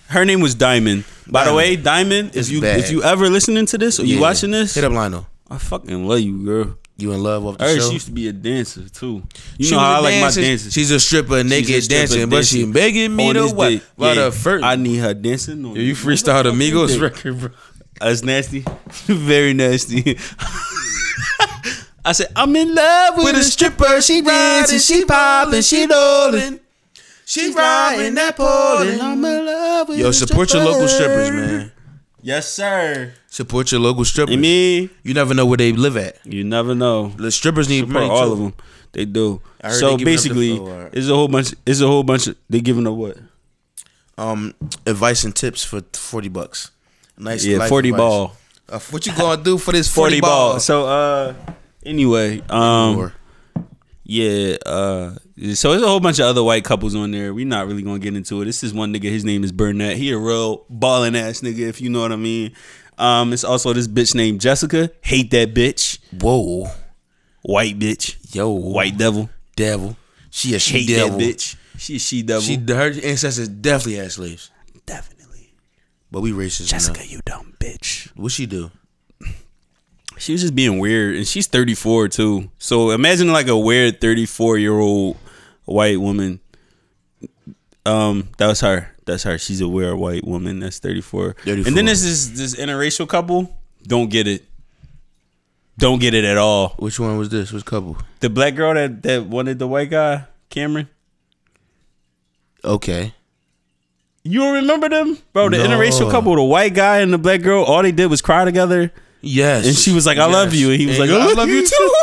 Her name was Diamond. By the way, Diamond, if you bad. if you ever listening to this or you Yeah. watching this, Hit up Lionel. I fucking love you, girl. You in love off the Her, show? she used to be a dancer too. You She know was how a I like dancer. my dances. She's a stripper, naked She's a stripper dancing, but she dancing. begging me On to this what? dick. Lot Yeah. of fur- I need her dancing. On Yo, you this freestyled motherfucking Amigos dick. record, bro. That's nasty. Very nasty. I said, I'm in love with, With a a stripper, she dancing, she popping, she rolling. She riding that pole. love with Yo, a support your local strippers, man. Yes, sir. Support your local strippers. I mean, you never know where they live at. you never know. The strippers need Support money. all too. of them. They do. I heard they So giving up the basically, floor. it's a whole bunch. It's a whole bunch. Of, they giving up what? Um, advice and tips for forty bucks. Nice. Yeah, life forty advice. ball. Uh, what you gonna do for this Forty, forty, ball. balls? So uh, anyway, um, Or- Yeah, uh so there's a whole bunch of other white couples on there. We're not really gonna get into it. This is one nigga, his name is Burnett. He a real balling ass nigga, if you know what I mean. Um, it's also this bitch named Jessica. Hate that bitch. Whoa, White bitch. yo, White devil. devil. She a she Hate devil. that bitch. She a she devil. She her ancestors definitely had slaves, definitely. but we racist. Jessica, Jessica, you dumb bitch. what she do? She was just being weird, and she's 34 too. So imagine like a weird 34 year old white woman. Um, that was her. That's her. She's a weird white woman. That's 34. 34. And then this is this interracial couple. Don't get it. Don't get it at all. Which one was this? Which couple? The black girl that that wanted the white guy, Cameron. Okay, You don't remember them, bro? The No. interracial couple, the white guy and the black girl. All they did was cry together, yes. and she was like, "I love Yes. you," and he was like, "I love you too."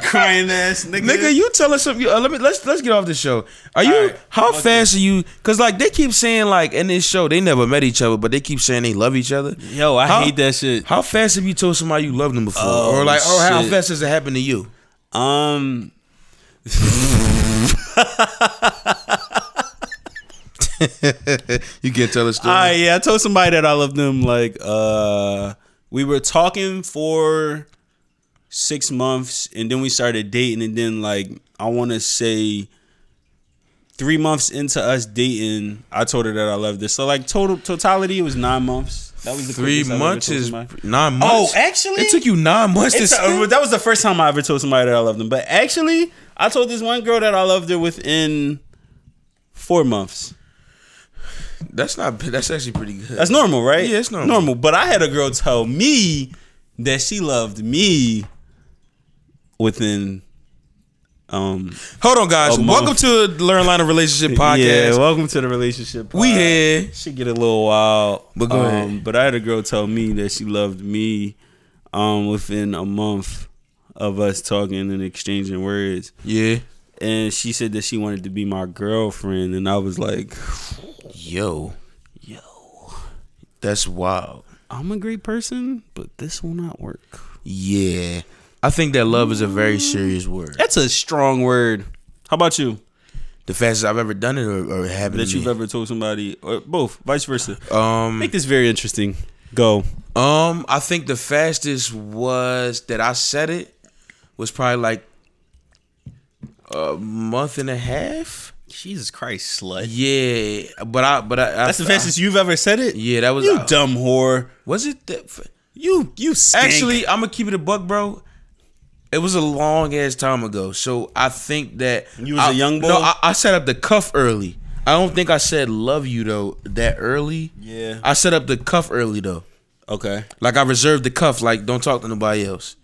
Crying ass nigga. Nigga, you tell us something. Uh, let me let's let's get off the show. Are you Alright, how fuck fast are you? Cause like they keep saying like in this show they never met each other, but they keep saying they love each other. Yo, I How- hate that shit. How fast have you told somebody you love them before, Oh, or like, or how shit. fast has it happened to you? Um, You can't tell a story. I yeah, I told somebody that I love them. Like, uh, we were talking for six months, and then we started dating, and then like I want to say three months into us dating, I told her that I loved her. So like total totality, it was nine months. That was the Three quickest I've ever months told is somebody. nine Oh, months. actually, it took you nine months to. It's say- uh, that was the first time I ever told somebody that I loved them. But actually, I told this one girl that I loved her within four months. that's not. That's actually pretty good. That's normal, right? Yeah, it's normal. Normal. But I had a girl tell me that she loved me within um Hold on, guys. A month. welcome to Learn Line of Relationship podcast. Yeah, welcome to the relationship. we pod. here. She get a little wild. But go um, ahead. But I had a girl tell me that she loved me um within a month of us talking and exchanging words. Yeah. and she said that she wanted to be my girlfriend, and I was like, Yo. Yo. That's wild. I'm a great person, but this will not work. Yeah. I think that love is a very serious word. That's a strong word. How about you? The fastest I've ever done it or, or happened That to you've me. ever told somebody, or both, vice versa. um, Make this very interesting. Go. um, I think the fastest was that I said it was probably like a month and a half. Jesus Christ, slut. Yeah, but I, but I, I That's the fastest you've ever said it. yeah, that was You I- dumb whore. Was it that? F- You you stink. Actually, I'm gonna keep it a buck, bro. It was a long ass time ago, so I think that You was a a young boy? No, I, I set up the cuff early. I don't think I said love you though that early. Yeah. I set up the cuff early though. okay. Like I reserved the cuff. Like don't talk to nobody else.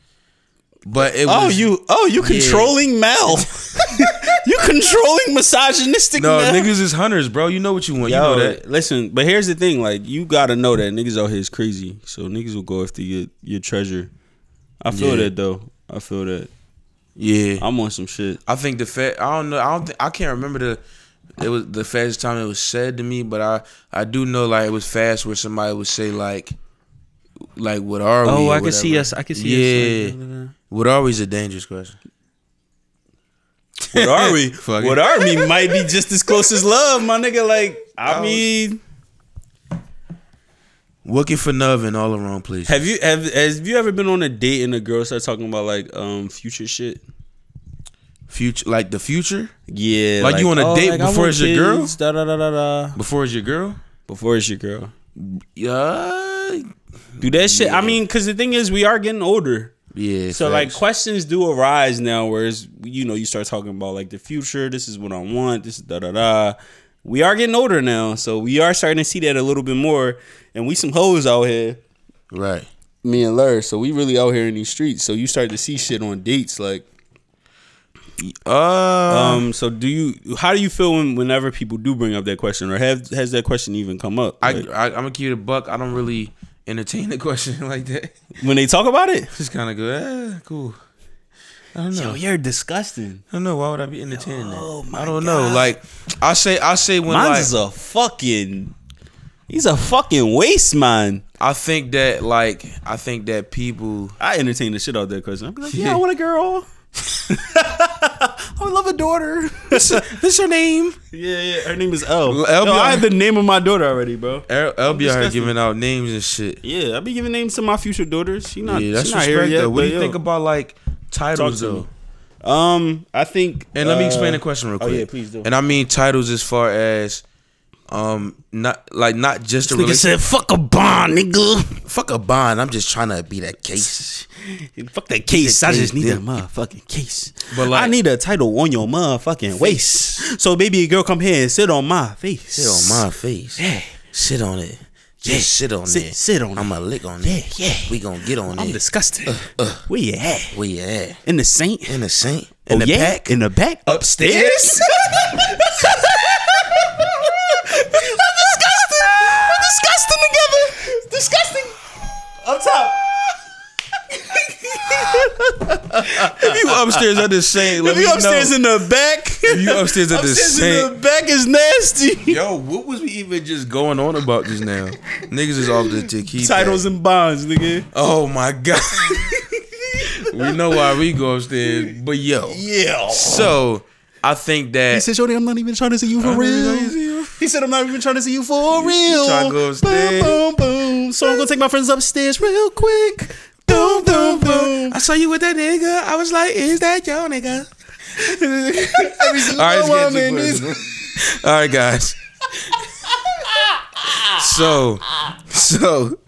But it Oh, was you oh you controlling Mal. you controlling misogynistic. no Mal. niggas is hunters, bro. You know what you want. Yo, you know that. listen, but here's the thing: like, you gotta know that niggas out here is crazy, so niggas will go after your your treasure. I feel Yeah. that though. I feel that. Yeah, I'm on some shit. I think the fa- I don't know. I don't. Think, I can't remember the. It was the fastest time it was said to me, but I I do know like it was fast where somebody would say like, like what are we? Oh, or I can see whatever. us. I can see Yeah. us. like- What are we is a dangerous question. What are we? Fuck what it. are we? Might be just as close as love, my nigga. Like, I mean, Working for Nov in all the wrong places. have you have has you ever been on a date and a girl start talking about like um future shit? Future, like the future Yeah, oh, Like, you on a date I before want it's your girl? kids, Da, da, da, da, da. before is your girl. Before it's your girl. Yeah, Do that shit. I mean, because the thing is, we are getting older. yeah. So like facts. questions do arise now, whereas you know you start talking about like the future. This is what I want. This is da da da. We are getting older now, so we are starting to see that a little bit more. And we some hoes out here, right? me and Lur. So we really out here in these streets. So you start to see shit on dates, like. Uh, Um. So do you? How do you feel when whenever people do bring up that question, or have has that question even come up? I, Like, I I'm gonna keep it a buck. I don't really entertain the question like that. when they talk about it. Just kind of go, eh, cool. I don't know. Yo, you're disgusting. I don't know. Why would I be entertaining that? Oh, I my don't know. God. Like I say, I say when Mine's like is a fucking. He's a fucking waste, man. I think that like I think that people I entertain the shit out of that question. I'm like, yeah, I want a girl. I would love a daughter. What's your name? yeah, yeah. Her name is L. L Yo, be I on- had the name of my daughter already, bro. L- LB out here disgusting. giving out names and shit. Yeah, I be giving names to my future daughters. She not, yeah, that's she not here respect yet. though. What do but you yo, think about like titles Talk to though? me. Um, I think. And let me uh, explain the question real oh, quick. yeah, please do. And I mean titles as far as um not like not just a Nigga relationship. said, "Fuck a bond, nigga. Fuck a bond. I'm just trying to be that case. Fuck that case. I case, just need that dude. motherfucking case. But But like- I need a title on your motherfucking waist. So baby girl, come here and sit on my face. Sit on my face. Yeah. Sit on it. Just Yeah. sit on Sit- it. sit on it. I'ma lick on it. Yeah, yeah. We gonna get on I'm it. disgusted. uh. Where you at? Where you at? In the saint? In the sink? Uh, In oh, the yeah? back? In the back? Upstairs? We're disgusting together. Disgusting. Up top. If you upstairs at the sink, let If me you upstairs know. in the back. you upstairs at the upstairs sink. in the back is nasty. Yo, what was we even just going on about just now? Niggas is off the tick. Keep Titles that. and bonds, nigga. Oh my god. we know why we go upstairs, but yo. Yeah. So I think that He said, Shorty, I'm not even trying to see you for real. He said, I'm not even trying to see you for real. trying to go upstairs. Boom, boom, boom. So I'm going to take my friends upstairs real quick. Boom, boom, boom. I saw you with that nigga. I was like, is that your nigga? Every single All right, it's one getting too in this- personal. All right, guys. So, so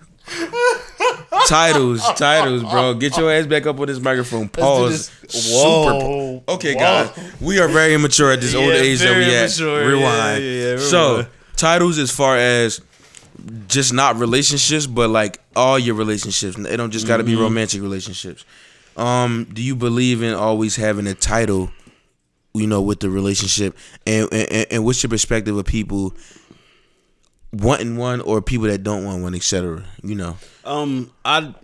titles, titles, bro. Get your ass back up on this microphone. Pause. this. Oh, Super. Whoa. Okay, Whoa. guys. We are very immature at this Yeah, old age that very we at. immature. Yeah, Rewind. yeah, yeah, So, rewind. titles as far as just not relationships, but like all your relationships. They don't just got to Mm-hmm. be romantic relationships. Um, do you believe in always having a title? you know, with the relationship, and and, and what's your perspective of people wanting one or people that don't want one, etc. You know, Um, I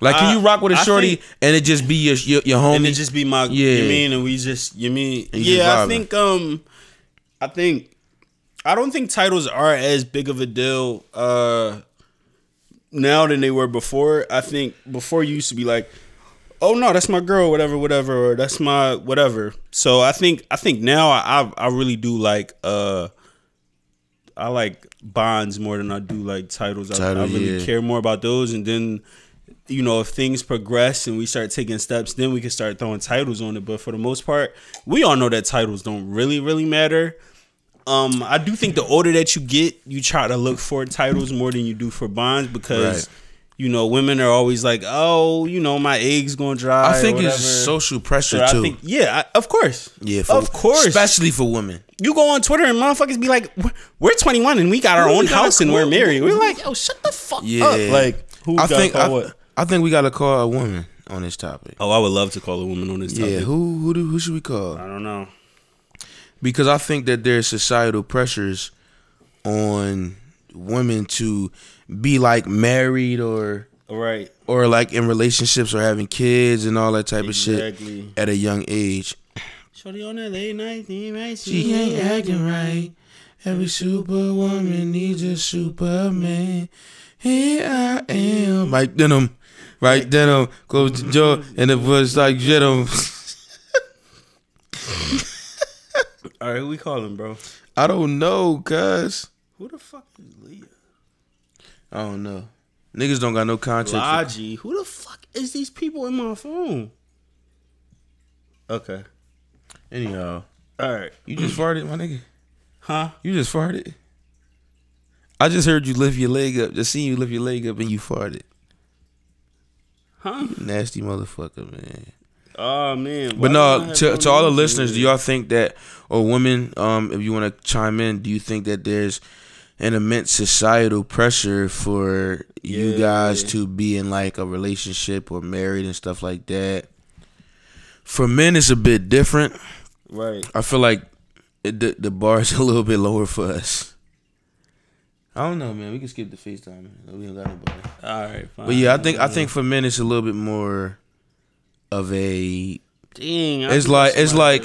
like can I- you rock with a I shorty think- and it just be your your, your homie? and it just be my. Yeah. You mean and we just you mean? And you just yeah, I vibing. think. Um, I think. I don't think titles are as big of a deal uh now than they were before. I think before you used to be like, oh no, that's my girl, whatever, whatever, or that's my whatever. So I think I think now I I, I really do like uh. I like bonds more than I do like titles. I, Title, I really yeah. care more about those, and then you know, if things progress and we start taking steps, then we can start throwing titles on it. But for the most part, we all know that titles don't really, really matter. Um, I do think the older that you get, you try to look for titles more than you do for bonds because Right. you know women are always like, oh, you know, my eggs gonna dry. I think or it's whatever. social But pressure I too. think, yeah, I, of course, yeah, for, of course. especially for women. you go on Twitter and motherfuckers be like, "We're- "We're 21 and we got our Who own we gotta house and we're call- married." We're like, "Yo, shut the fuck Yeah, up!" Like, who I gotta think call I, what? I think we gotta call a woman on this topic. Oh, I would love to call a woman on this Yeah, who who do, who should we call? I don't know. because I think that there's societal pressures on women to be like married or All right. or like in relationships or having kids and all that type of shit Exactly. at a young age. Shorty on that late night thing, right? She ain't acting right. Every superwoman needs a superman. Here I am. Mike Denham. Right Denham. Close the door and the voice like Denham. All right, who we calling, bro? I don't know, cuz. Who the fuck is Leah? I don't know. Niggas don't got no context. for- Logi. Who the fuck is these people in my phone? Okay. Anyhow. All right. You just farted, my nigga. Huh? You just farted. I just heard you lift your leg up. Just seen you lift your leg up and you farted. Huh? Nasty motherfucker, man. Oh man. But no, to, to all the listeners, do y'all think that, or women, um, if you want to chime in, do you think that there's an immense societal pressure for you Yeah. guys to be in like a relationship or married and stuff like that? For men, it's a bit different. right? I feel like it, the the bar is a little bit lower for us. I don't know, man. We can skip the FaceTime. Man. We don't got nobody. All right. Fine. But yeah, I think I think for men it's a little bit more of a Dang. I it's think like that's it's my- like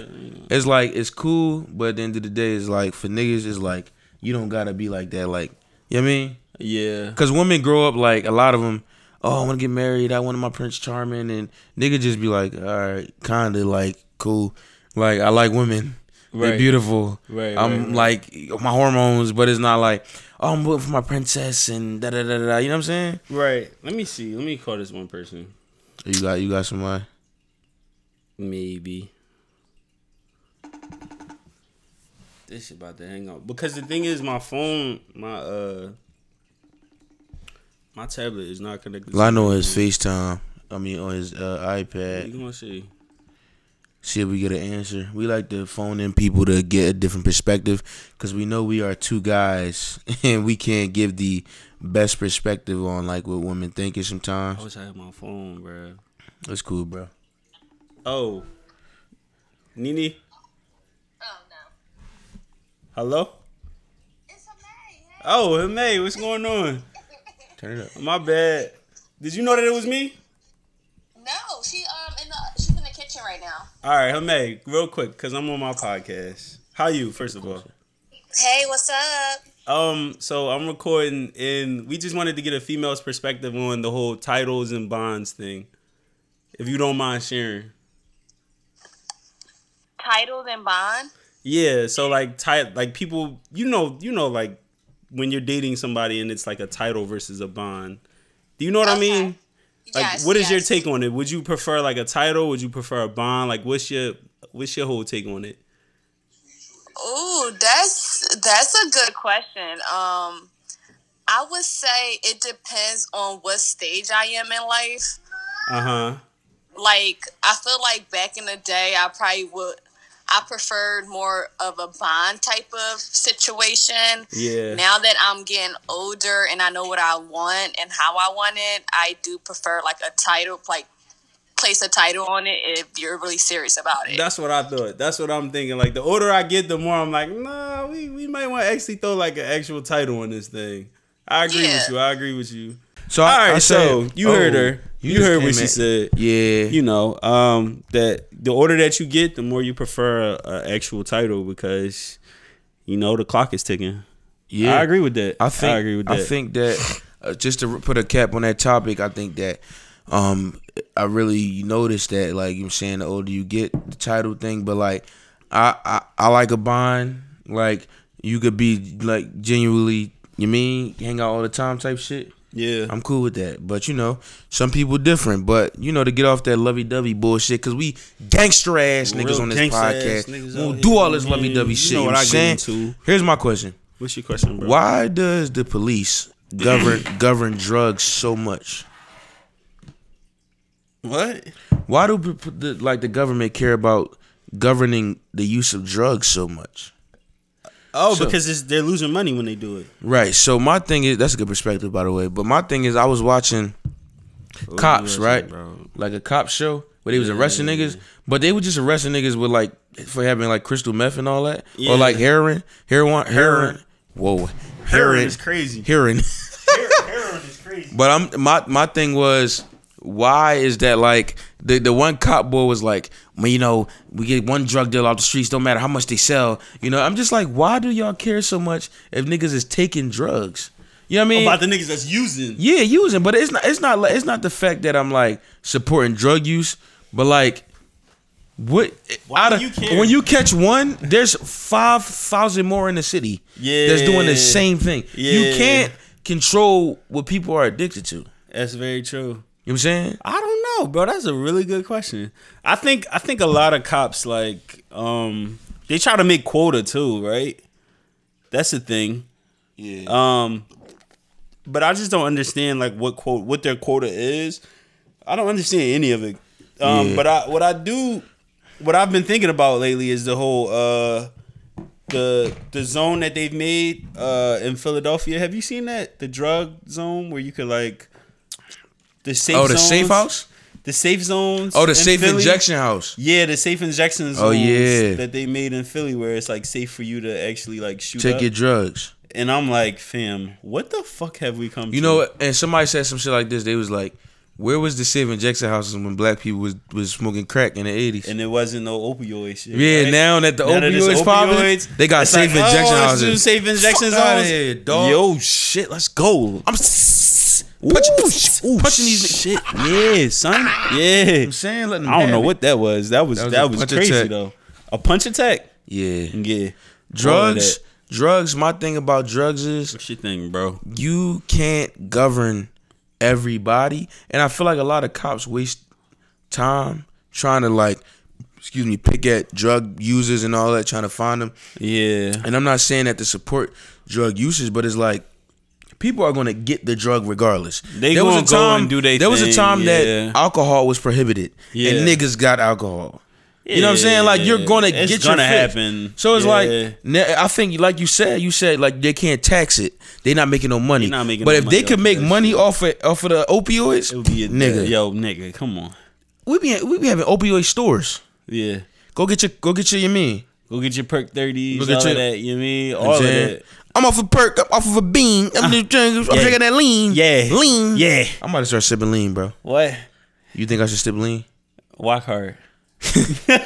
it's like it's cool, but at the end of the day, it's like for niggas, it's like you don't gotta be like that. Like you know what I mean? Yeah. Because women grow up like a lot of them. Oh, I want to get married. I want my Prince Charming, and nigga just be like, all right, kinda like cool. Like I like women. They're Right. beautiful. Right, I'm right, like my hormones, but it's not like oh, I'm looking for my princess and da da da da. da. You know what I'm saying? Right. Let me see. Let me call this one person. You got you got somebody. Maybe. This shit about to hang up. Because the thing is my phone, my uh my tablet is not connected. to Lionel my is phone. FaceTime. I mean, on his uh, iPad. You gonna see. See if we get an answer. We like to phone in people to get a different perspective because we know we are two guys and we can't give the best perspective on like what women thinking I sometimes. wish I had my phone, bro. That's cool, bro. Oh. Nini, Oh no. hello? It's okay. Hey. Oh, May, what's going on? Turn it up. My bad. Did you know that it was me? No, she um in the she's in the kitchen right now. All right, Hame, real quick, because I'm on my podcast. How you, first of all? Hey, what's up? Um, so I'm recording, and we just wanted to get a female's perspective on the whole titles and bonds thing. If you don't mind sharing, Titled and bond. yeah. So like, ti- like people, you know, you know, like when you're dating somebody and it's like a title versus a bond. Do you know what I Okay. mean? Like, yes, what is your yes. take on it? Would you prefer like a title? Would you prefer a bond? Like, what's your what's your whole take on it? Ooh, that's that's a good question. Um, I would say it depends on what stage I am in life. Uh huh. Like I feel like back in the day, I probably would. I preferred more of a bond type of situation. Yeah. Now that I'm getting older and I know what I want and how I want it, I do prefer like a title, like place a title on it if you're really serious about it. That's what I thought. That's what I'm thinking. Like the older I get, the more I'm like, nah, we, we might want to actually throw like an actual title on this thing. I agree with Yeah. you. I agree with you. So All right, I so said- you heard oh, her. You, just heard came what she in. said. Yeah. You know, um, that the older that you get, the more you prefer a, a actual title because you know the clock is ticking. yeah. I agree with that. I think I agree with that. I think that uh, just to put a cap on that topic, I think that um I really noticed that like you know what I'm saying the older you get the title thing, but like I I, I like a bond like you could be like genuinely you mean hang out all the time type shit. yeah. I'm cool with that, but you know some people different. But you know to get off that lovey dovey bullshit because we gangster ass Real niggas on this gangsta ass podcast. niggas We'll out do here, all this man. lovey dovey You shit. know you what know I what I'm get saying? into. Here's my question. What's your question, bro? Why does the police govern govern drugs so much? What? Why do p- p- the, like the government care about governing the use of drugs so much? Oh, So- because it's, they're losing money when they do it. Right. So my thing is that's a good perspective by the way. But my thing is I was watching cops, Oh, you right? arrested, bro. Like a cop show where they was arresting niggas, but they were just arresting niggas with like for having like crystal meth and all that, Yeah. or like heroin, heroin, heroin. Whoa, Heroin is crazy. Heroin. Heroin is crazy. But I'm my my thing was why is that like the the one cop boy was like well, you know we get one drug deal off the streets don't matter how much they sell you know I'm just like why do y'all care so much if niggas is taking drugs You know what I mean? about the niggas that's using. Yeah, using, but it's not it's not like- it's not the fact that I'm like supporting drug use, but like what Why out do of, you care? when you catch one, there's five thousand more in the city that's doing Yeah. the same thing. Yeah. You can't control what people are addicted to. You know That's very true. what I'm saying? I don't know, bro. That's a really good question. I think I think a lot of cops like um they try to make quota too, right? That's the thing. Yeah. Um but I just don't understand like what quote what their quota is. I don't understand any of it. Um Yeah. but I what I do what I've been thinking about lately is the whole uh the the zone that they've made uh in Philadelphia. Have you seen that? The drug zone where you could like the safe oh, the zones? safe house? the safe zones. Oh, the in safe Philly. injection house. Yeah, the safe injection zones Oh, yeah. that they made in Philly, where it's like safe for you to actually like shoot Take up. your drugs. and I'm like, fam, what the fuck have we come? You to? know, what? and somebody said some shit like this. They was like, "Where was the safe injection houses when black people was, was smoking crack in the '80s?" and it wasn't no opioid shit. Yeah, right? now that the Now that it's opioids popping, opioioids, they got it's safe like, oh, injection let's do houses. safe injection Fuck outta zones. here, dog. Yo, shit, let's go. I'm s- punching, Ooh, punching these. shit. Yeah, son. Yeah. I'm saying, let them I don't have know it. what that was. That was That that was was, a punch crazy attack. though. A punch attack. Yeah, Yeah. drugs. All of Drugs. My thing about drugs is that. What you think, bro? you can't govern everybody, and I feel like a lot of cops waste time trying to like, excuse me, pick at drug users and all that, trying to find them. Yeah. and I'm not saying that to support drug usage, but it's like people are gonna get the drug regardless. They gonna go and do they There was a thing, time yeah. that alcohol was prohibited, Yeah. and niggas got alcohol. You know what I'm saying? Like you're gonna It's get gonna your fix. happen. So it's Yeah. like ne- I think, like you said, you said like they can't tax it. They not making no money. They not making but no if money they could off make that money off of, off of the opioids, It would be a nigga, Yo, nigga, come on. we be we be having opioid stores. Yeah. Go get your go get your you mean. Go get your perk 30s, Look all at of you. that, you mean? You know All what of I'm saying? that. I'm off a perk. I'm off of a bean. I'm, just drinking, I'm Uh, yeah. drinking that lean. Yeah. lean. Yeah. I'm about to start sipping lean, bro. What? You think I should sip lean? Walk hard.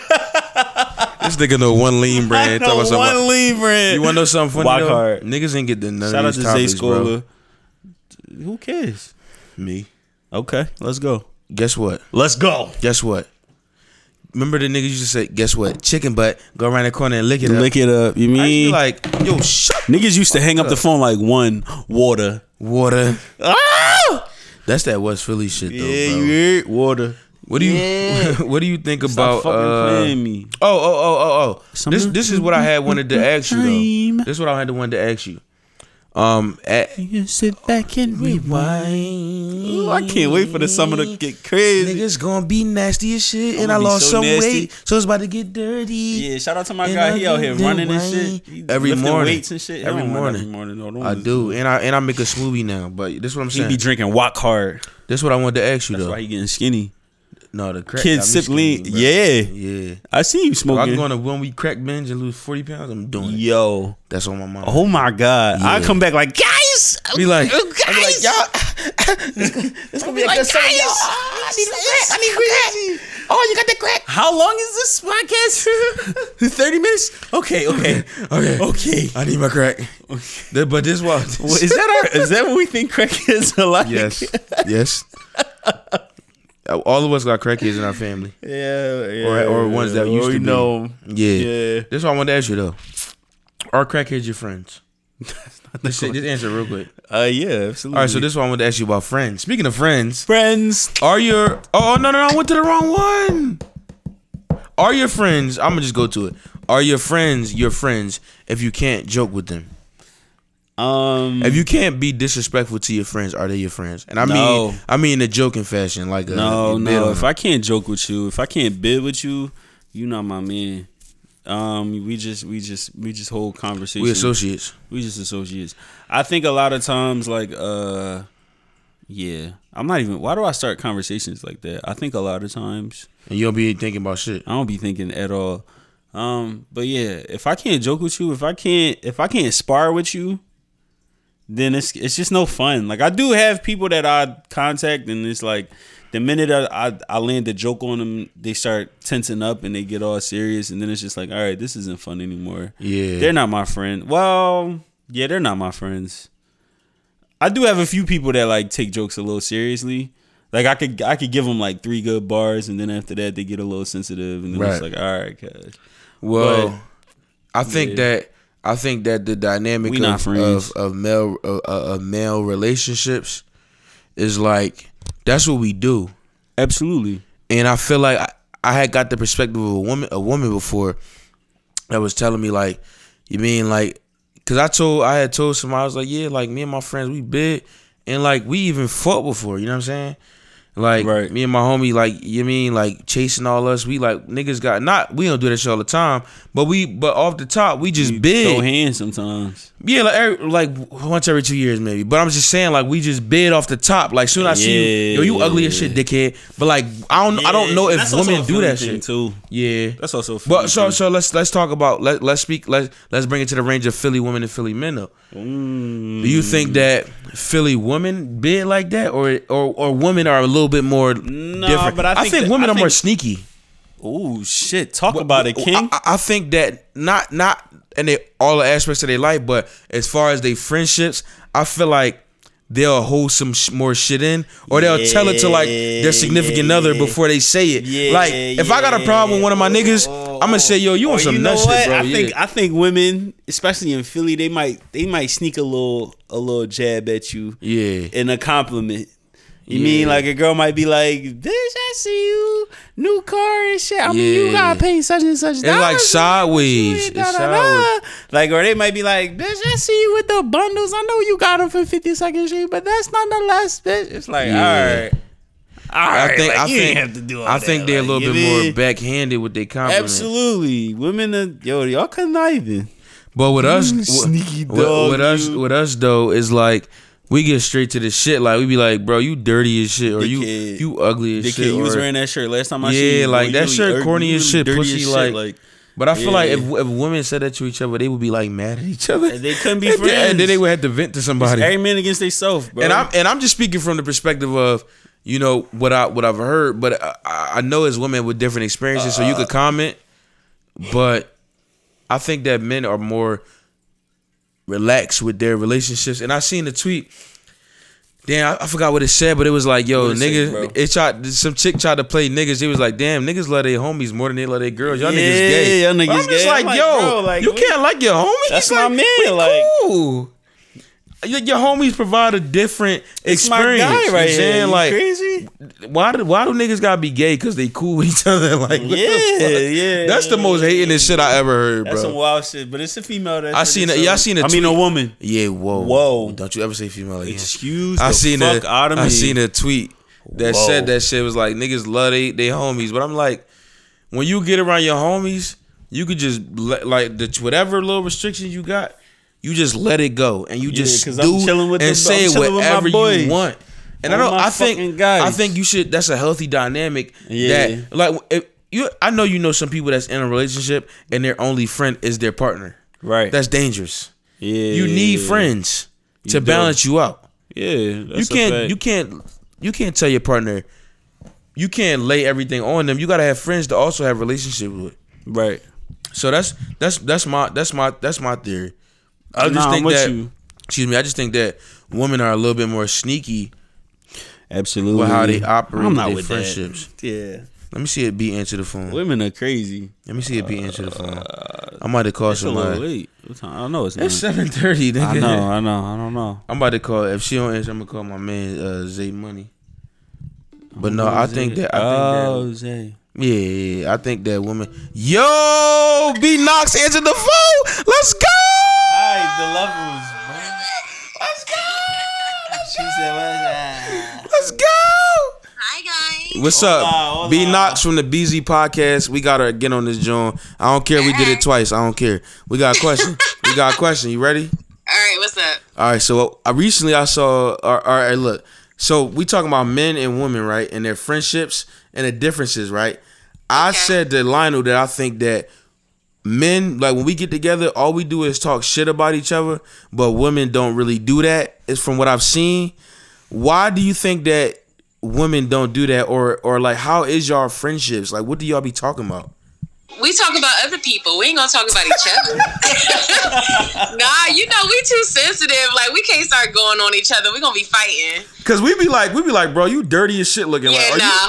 This nigga know one lean brand. Talk about something. lean brand. You want to know something funny? Walk though? hard. Niggas ain't get the none Shout of out to these Zay topics, bro. Scola. Who cares? Me. Okay, let's go. Guess what? Let's go. Guess what? Remember the niggas used to say, "Guess what? Chicken butt. Go around the corner and lick it up." Lick it up. I You used to be mean? like, yo, shut Niggas used to hang up the phone like one water. water. Ah! That's that West Philly shit, though, Yeah, bro. you hear it? water. What do you Yeah. What do you think Stop about? fucking uh, playing me. Oh, oh, oh, oh, oh. This Summer- this is what I had wanted to ask you Time. though. This is what I had wanted to ask you. Um at, You sit back and Ooh, I can't wait for the summer to get crazy. Niggas gonna be nasty as shit, and I'ma I be lost so some nasty. weight, so it's about to get dirty. Yeah, shout out to my And guy. I He out here get that running and wine shit. He every lifting morning. weights and shit. He Every don't run morning. Every morning. No, don't I do. do, and I and I make a smoothie now. But this is what I'm He saying. be drinking Walk Hard. this is what I wanted to ask you That's though. why he getting skinny. no, the crack Kids got me sip lean. skinny, bro. Yeah, yeah. I see you If I'm smoking. gonna when we crack binge and lose forty pounds, I'm doing it. Yo, That's on my mind. oh my god! I Yeah. come back like guys. Be like, oh, I guys. be like, y'all. it's gonna be like, guys, I need crack. I need crack. Oh, you got the crack. How long is this podcast? Thirty minutes. Okay, okay, Okay. okay. I need my crack. Th- But this was Wait, Is that our? Is that what we think crack is? Like, yes, yes. Uh, All of us got crack kids in our family. Yeah, yeah. Oh, Or- or ones that used we to be. know. Yeah. Yeah. This is what I wanted to ask you though. Are crackheads your friends? Let's say- just answer real quick. Uh, yeah, absolutely. All right, so this is what I wanted to ask you about friends. Speaking of friends, friends. are your oh no no no I went to the wrong one. Are your friends? I'm gonna just go to it. Are your friends your friends if you can't joke with them? Um, If you can't be disrespectful to your friends, are they your friends? And I No. mean, I mean in a joking fashion, like a, no, you bid no. on If I can't joke with you, if I can't bid with you, you not my man. Um, we just, we just, we just hold conversation. we associates. We just associates. I think a lot of times, like, uh, yeah, I'm not even. Why do I start conversations like that? I think a lot of times And you don't be thinking about shit. I don't be thinking at all. Um, but yeah, if I can't joke with you, if I can't, if I can't spar with you, then it's it's just no fun. Like I do have people that I contact, and it's like the minute I I, I land a joke on them, they start tensing up and they get all serious, and then it's just like, all right, this isn't fun anymore. Yeah. They're not my friend. Well, yeah, they're not my friends. I do have a few people that like take jokes a little seriously. Like I could I could give them like three good bars, and then after that they get a little sensitive, and then it's Right. like, all right, cuz Well, I think yeah. that I think that the dynamic We not of, friends. of of male of, of male relationships is like that's what we do, absolutely, and I feel like I, I had got the perspective of a woman a woman before that was telling me like you mean like because I told I had told somebody I was like yeah like me and my friends we big and like we even fought before you know what I'm saying. Like Right. me and my homie, like you mean like chasing all us. We like niggas got not. We don't do that shit all the time, but we but off the top we just big. throw hands sometimes. Yeah, like every, like once every two years maybe. But I'm just saying, like we just bid off the top. Like soon I see you, yo, you ugly as shit, dickhead. But like I don't, I don't know if That's also women a do feeling that thing, shit. too. Yeah, That's also a feeling but so thing. so let's let's talk about let let's speak let let's bring it to the range of Philly women and Philly men though. Do you Mm. think that Philly women bid like that, or or or women are a little bit more different? but I think that- women I are more think- sneaky. Oh shit! Talk about it, Well, King. I, I think that not not in they, all the aspects of their life, but as far as their friendships, I feel like they'll hold some sh- more shit in, or they'll tell it to like their significant yeah, other yeah. before they say it. Yeah, like if I got a problem with one of my niggas, I'm gonna say, yo, you want Or some Oh, you know nut what? shit, bro? I yeah. think I think women, especially in Philly, they might they might sneak a little a little jab at you. Yeah. In a compliment. You Yeah. mean like a girl might be like, "Bitch, I see you, new car and shit. I mean, you Yeah. gotta pay such and such." It's like sideways. It's sideways. Like, or they might be like, "Bitch, I see you with the bundles. I know you got them for fifty second street, but that's not the last bitch." It's like, Yeah. all right. All I right, think like, I you think ain't have to do all I think that, they're like, a little you bit more mean? backhanded with their compliments. Absolutely, women are yo, y'all conniving. But with us, wi- Mm, sneaky wi- dog, With, us, you. with us though, is like we get straight to the shit. Like we be like, bro, you dirty as shit, or you Dickhead. you ugly as Dickhead, shit. you was or- wearing that shirt last time I Yeah, seen you. bro. like, You that really shirt dirty- corny you as really shit, dirty pussy, as like- but I feel Yeah. like if, if women said that to each other, they would be like mad at each other. And they couldn't be And then- friends. And then they would have to vent to somebody. every man against themselves, bro. And I'm and I'm just speaking from the perspective of you know what I what I've heard, but I, I I know as women with different experiences, so you Uh, could comment. But I think that men are more relaxed with their relationships, and I seen a tweet. Damn, I, I forgot what it said, but it was like, yo, What it say, nigga, bro? it tried some chick tried to play niggas. It was like, damn, niggas love their homies more than they love their girls. Y'all niggas Yeah, gay. y'all But niggas I'm just gay. like, I'm like, yo, bro, like, you we- can't like your homies. That's my like, man, we like- cool your, your homies provide a different It's my experience. guy you know what right I'm here. saying? You Like, crazy? why do why do niggas gotta be gay? Cause they cool with each other. Like, what the Yeah, fuck? yeah. That's the most hatingest shit I ever heard, That's some bro. wild shit. But it's a female. That I seen a- yeah, I seen a I mean, a tweet. woman. Yeah, whoa, Whoa. Don't you ever say female again? Excuse I the seen fuck a out of me. I seen a tweet that Whoa. said that shit was like niggas love they they homies, but I'm like, when you get around your homies, you could just let, like the whatever little restrictions you got, you just let it go and you just 'cause I'm do chilling with and them- say I'm chilling with my whatever boys. you want. And I All don't. my I think. fucking guys. I think you should. That's a healthy dynamic. Yeah. That like if you. I know you know some people that's in a relationship and their only friend is their partner. Right. That's dangerous. yeah. You need friends to do. balance you out Yeah. you That's a can't fact. you can't you can't tell your partner you can't lay everything on them you gotta have friends to also have relationships with right. so that's that's that's my that's my that's my theory i just Nah, I'm think with that you. excuse me i just think that women are a little bit more sneaky Absolutely. with how they operate Mm. I'm with not their with that. friendships Yeah. let me see it be into the phone Women are crazy. let me see it be into the phone i might have called Uh, It's a little somebody late. What time? I don't know. It's it's nine. 7.30 nigga. I know. I know. I don't know. I'm about to call. If she don't answer, I'm gonna call my man uh, Zay Money. But no, Who's I think it? that I think that oh, Zay. Yeah, yeah, yeah. I think that woman. Yo, B Knox answered the phone. Let's go. All right, the levels, Let's go. bro. She said, "What's that?" Let's go. Hi guys. What's Hola, up? hola. B Knox from the BZ podcast. We got to get on this joint. I don't care. We did it twice. I don't care. We got a question. we got a question. You ready? All right, what's up? All right. So I recently I saw. All right. all right, Look. So we talking about men and women, right? And their friendships and the differences, right? I Okay. said to Lionel that I think that men, like when we get together, all we do is talk shit about each other, but women don't really do that. It's from what I've seen. Why do you think that women don't do that, or or like how is y'all friendships? Like what do y'all be talking about? we talk about other people. We ain't gonna talk about each other. nah, you know we too sensitive. Like we can't start going on each other. We gonna be fighting. Cause we be like, we be like, bro, you dirty as shit looking. Yeah, like, nah.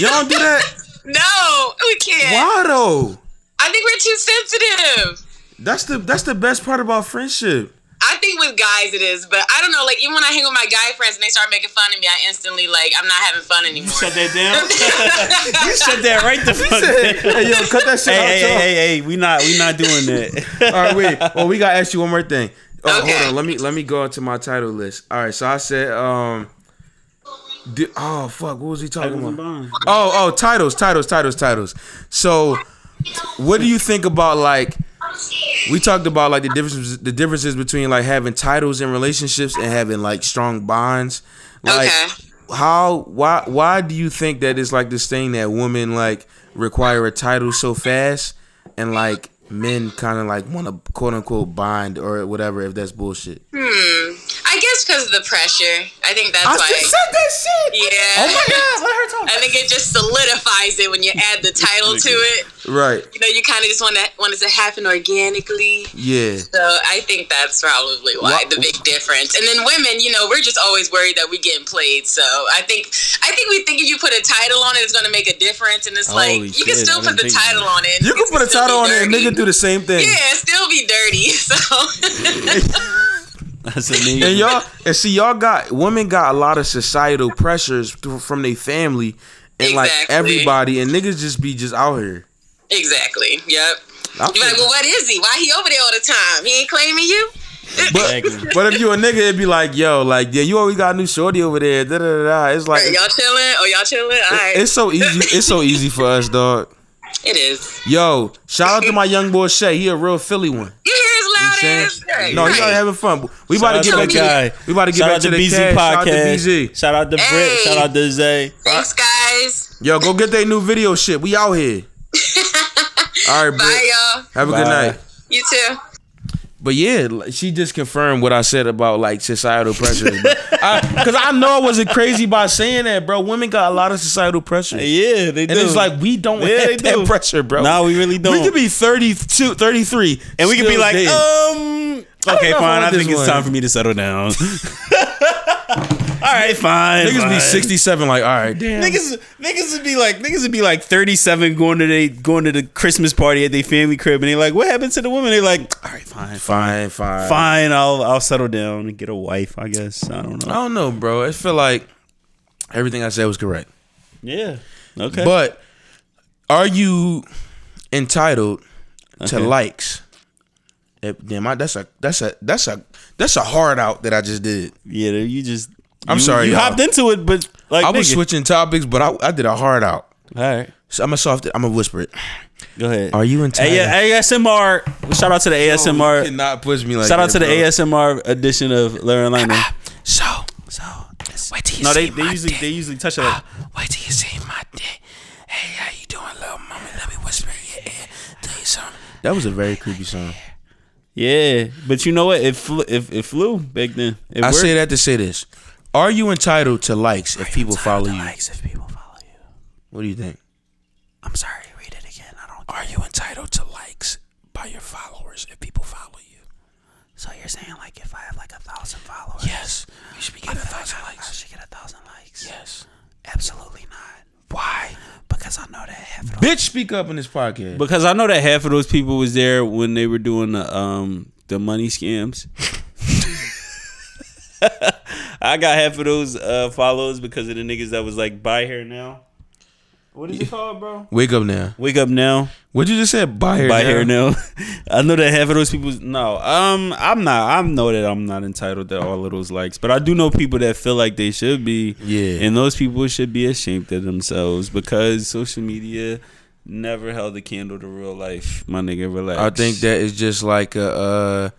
you, all don't do that. uh, no, we can't. Why though? I think we're too sensitive. That's the that's the best part about friendship. I think with guys it is, but I don't know. Like even when I hang with my guy friends and they start making fun of me, I instantly like I'm not having fun anymore. Shut that down. you shut that right the fuck hey, down. hey, yo, cut that shit out. Hey, hey, y'all. hey, hey, we not we not doing that. All right, wait. Well, we gotta ask you one more thing. Oh, Okay. Hold on. Let me let me go into my title list. All right. So I said, um, di- oh fuck, what was he talking about? Oh, oh, titles, titles, titles, titles. So, what do you think about like? We talked about like the differences, the differences between like having titles in relationships and having like strong bonds. Like, okay. how why why do you think that it's like this thing that women like require a title so fast and like men kind of like want to quote unquote bind or whatever if that's bullshit I guess because of the pressure. I think that's why. that shit yeah. Oh my god let I think it just solidifies it when you add the title to it. her talk right You know, you kind of just want to want it to happen organically. yeah So I think that's probably why Wha- the big difference. And then women, you know, we're just always worried that we getting played. So I think I think we think if you put a title on it, it's going to make a difference. And it's like Holy you can shit, still I put the didn't think title on it. you can put a still title on be it and dirty. nigga do the same thing Yeah, still be dirty. So That's amazing. and y'all and see y'all got women got a lot of societal pressures th- from their family and like Exactly. everybody and niggas just be just out here exactly. Yep. I'm You're like, thinking- well, what is he? Why he over there all the time? He ain't claiming you. But, Exactly. but if you a nigga, it'd be like, yo, like, yeah, you always got a new shorty over there. Da, da, da, da. It's like, y'all chilling? Oh, y'all chilling? All right. it's so easy. It's so easy for us, dog. It is. Yo, shout out to my young boy Shay. He a real Philly one. It is loud Saying- ass. Right, No, he right. out having fun. We Shout about out to get to back that to guy. We about to get Shout back out to the BZ cash. Shout out to podcast. BZ. Shout out to Britt. Hey. Shout out to Zay. Thanks, guys. Yo, go get that new video shit. We out here. All right, bro. Bye, y'all. Have a Bye. good night. You too. But yeah, like, she just confirmed what I said about like societal pressures. Because I, know I wasn't crazy by saying that, bro. Women got a lot of societal pressures. Yeah, they do. And it's like we don't Yeah, have they that do. pressure, bro. Nah, we really don't. We could be 32, 33. and we could be still like, dating. um, don't okay, know if I fine. want I, this think it's one. time for me to settle down. All right, fine. niggas be fine. 67 like, all right, damn. Niggas, niggas would be like, niggas would be like thirty-seven going to they going to the Christmas party at their family crib, and they like, what happened to the woman? They like, all right, fine, fine, fine. fine, I'll I'll settle down and get a wife, I guess. I don't I know. don't know, bro. I feel like everything I said was correct. Yeah. Okay. But are you entitled to Okay. likes? likes? Eh, Damn, I, that's a that's a that's a that's a hard out that I just did. yeah, you just. I'm you- sorry, You y'all. hopped into it, but like I was nigga. switching topics, but I, I did a hard out. All right. So I'm a soft. I'm gonna whisper it. Go ahead. Are you entitled? Hey, yeah, ASMR. Shout out to the ASMR. Cannot push me like shout out that, to the bro. ASMR edition of Larry Liner. So, so wait till you No, see they, they my usually dick. they usually touch it like wait till you see my dick. Hey, how you doing, little mama? Let me whisper in your ear. Tell you something. That was a very creepy song. yeah. But you know what? It flew. It, it flew back then. It I worked. say that to say this: Are you entitled to likes if people follow you? Likes if people follow you. What do you think? I'm sorry, read it again. I don't. Are you entitled to likes by your followers if people follow you? So you're saying like if I have like a thousand followers, Yes. You should be getting a thousand I likes. should get a thousand likes? Yes. Absolutely not. Why? Because I know that half of Bitch, speak up in this podcast. because I know that half of those people was there when they were doing the um the money scams. I got half of those uh follows because of the niggas that was like buy here now. What is it called, bro? Wake up now. Wake up now. What you just said? Buy hair. Buy here now. I know that half of those people no. Um I'm not I know that I'm not entitled to all of those likes, but I do know people that feel like they should be. Yeah. And those people should be ashamed of themselves because social media never held a candle to real life. My nigga, relax. I think that is just like a. Uh,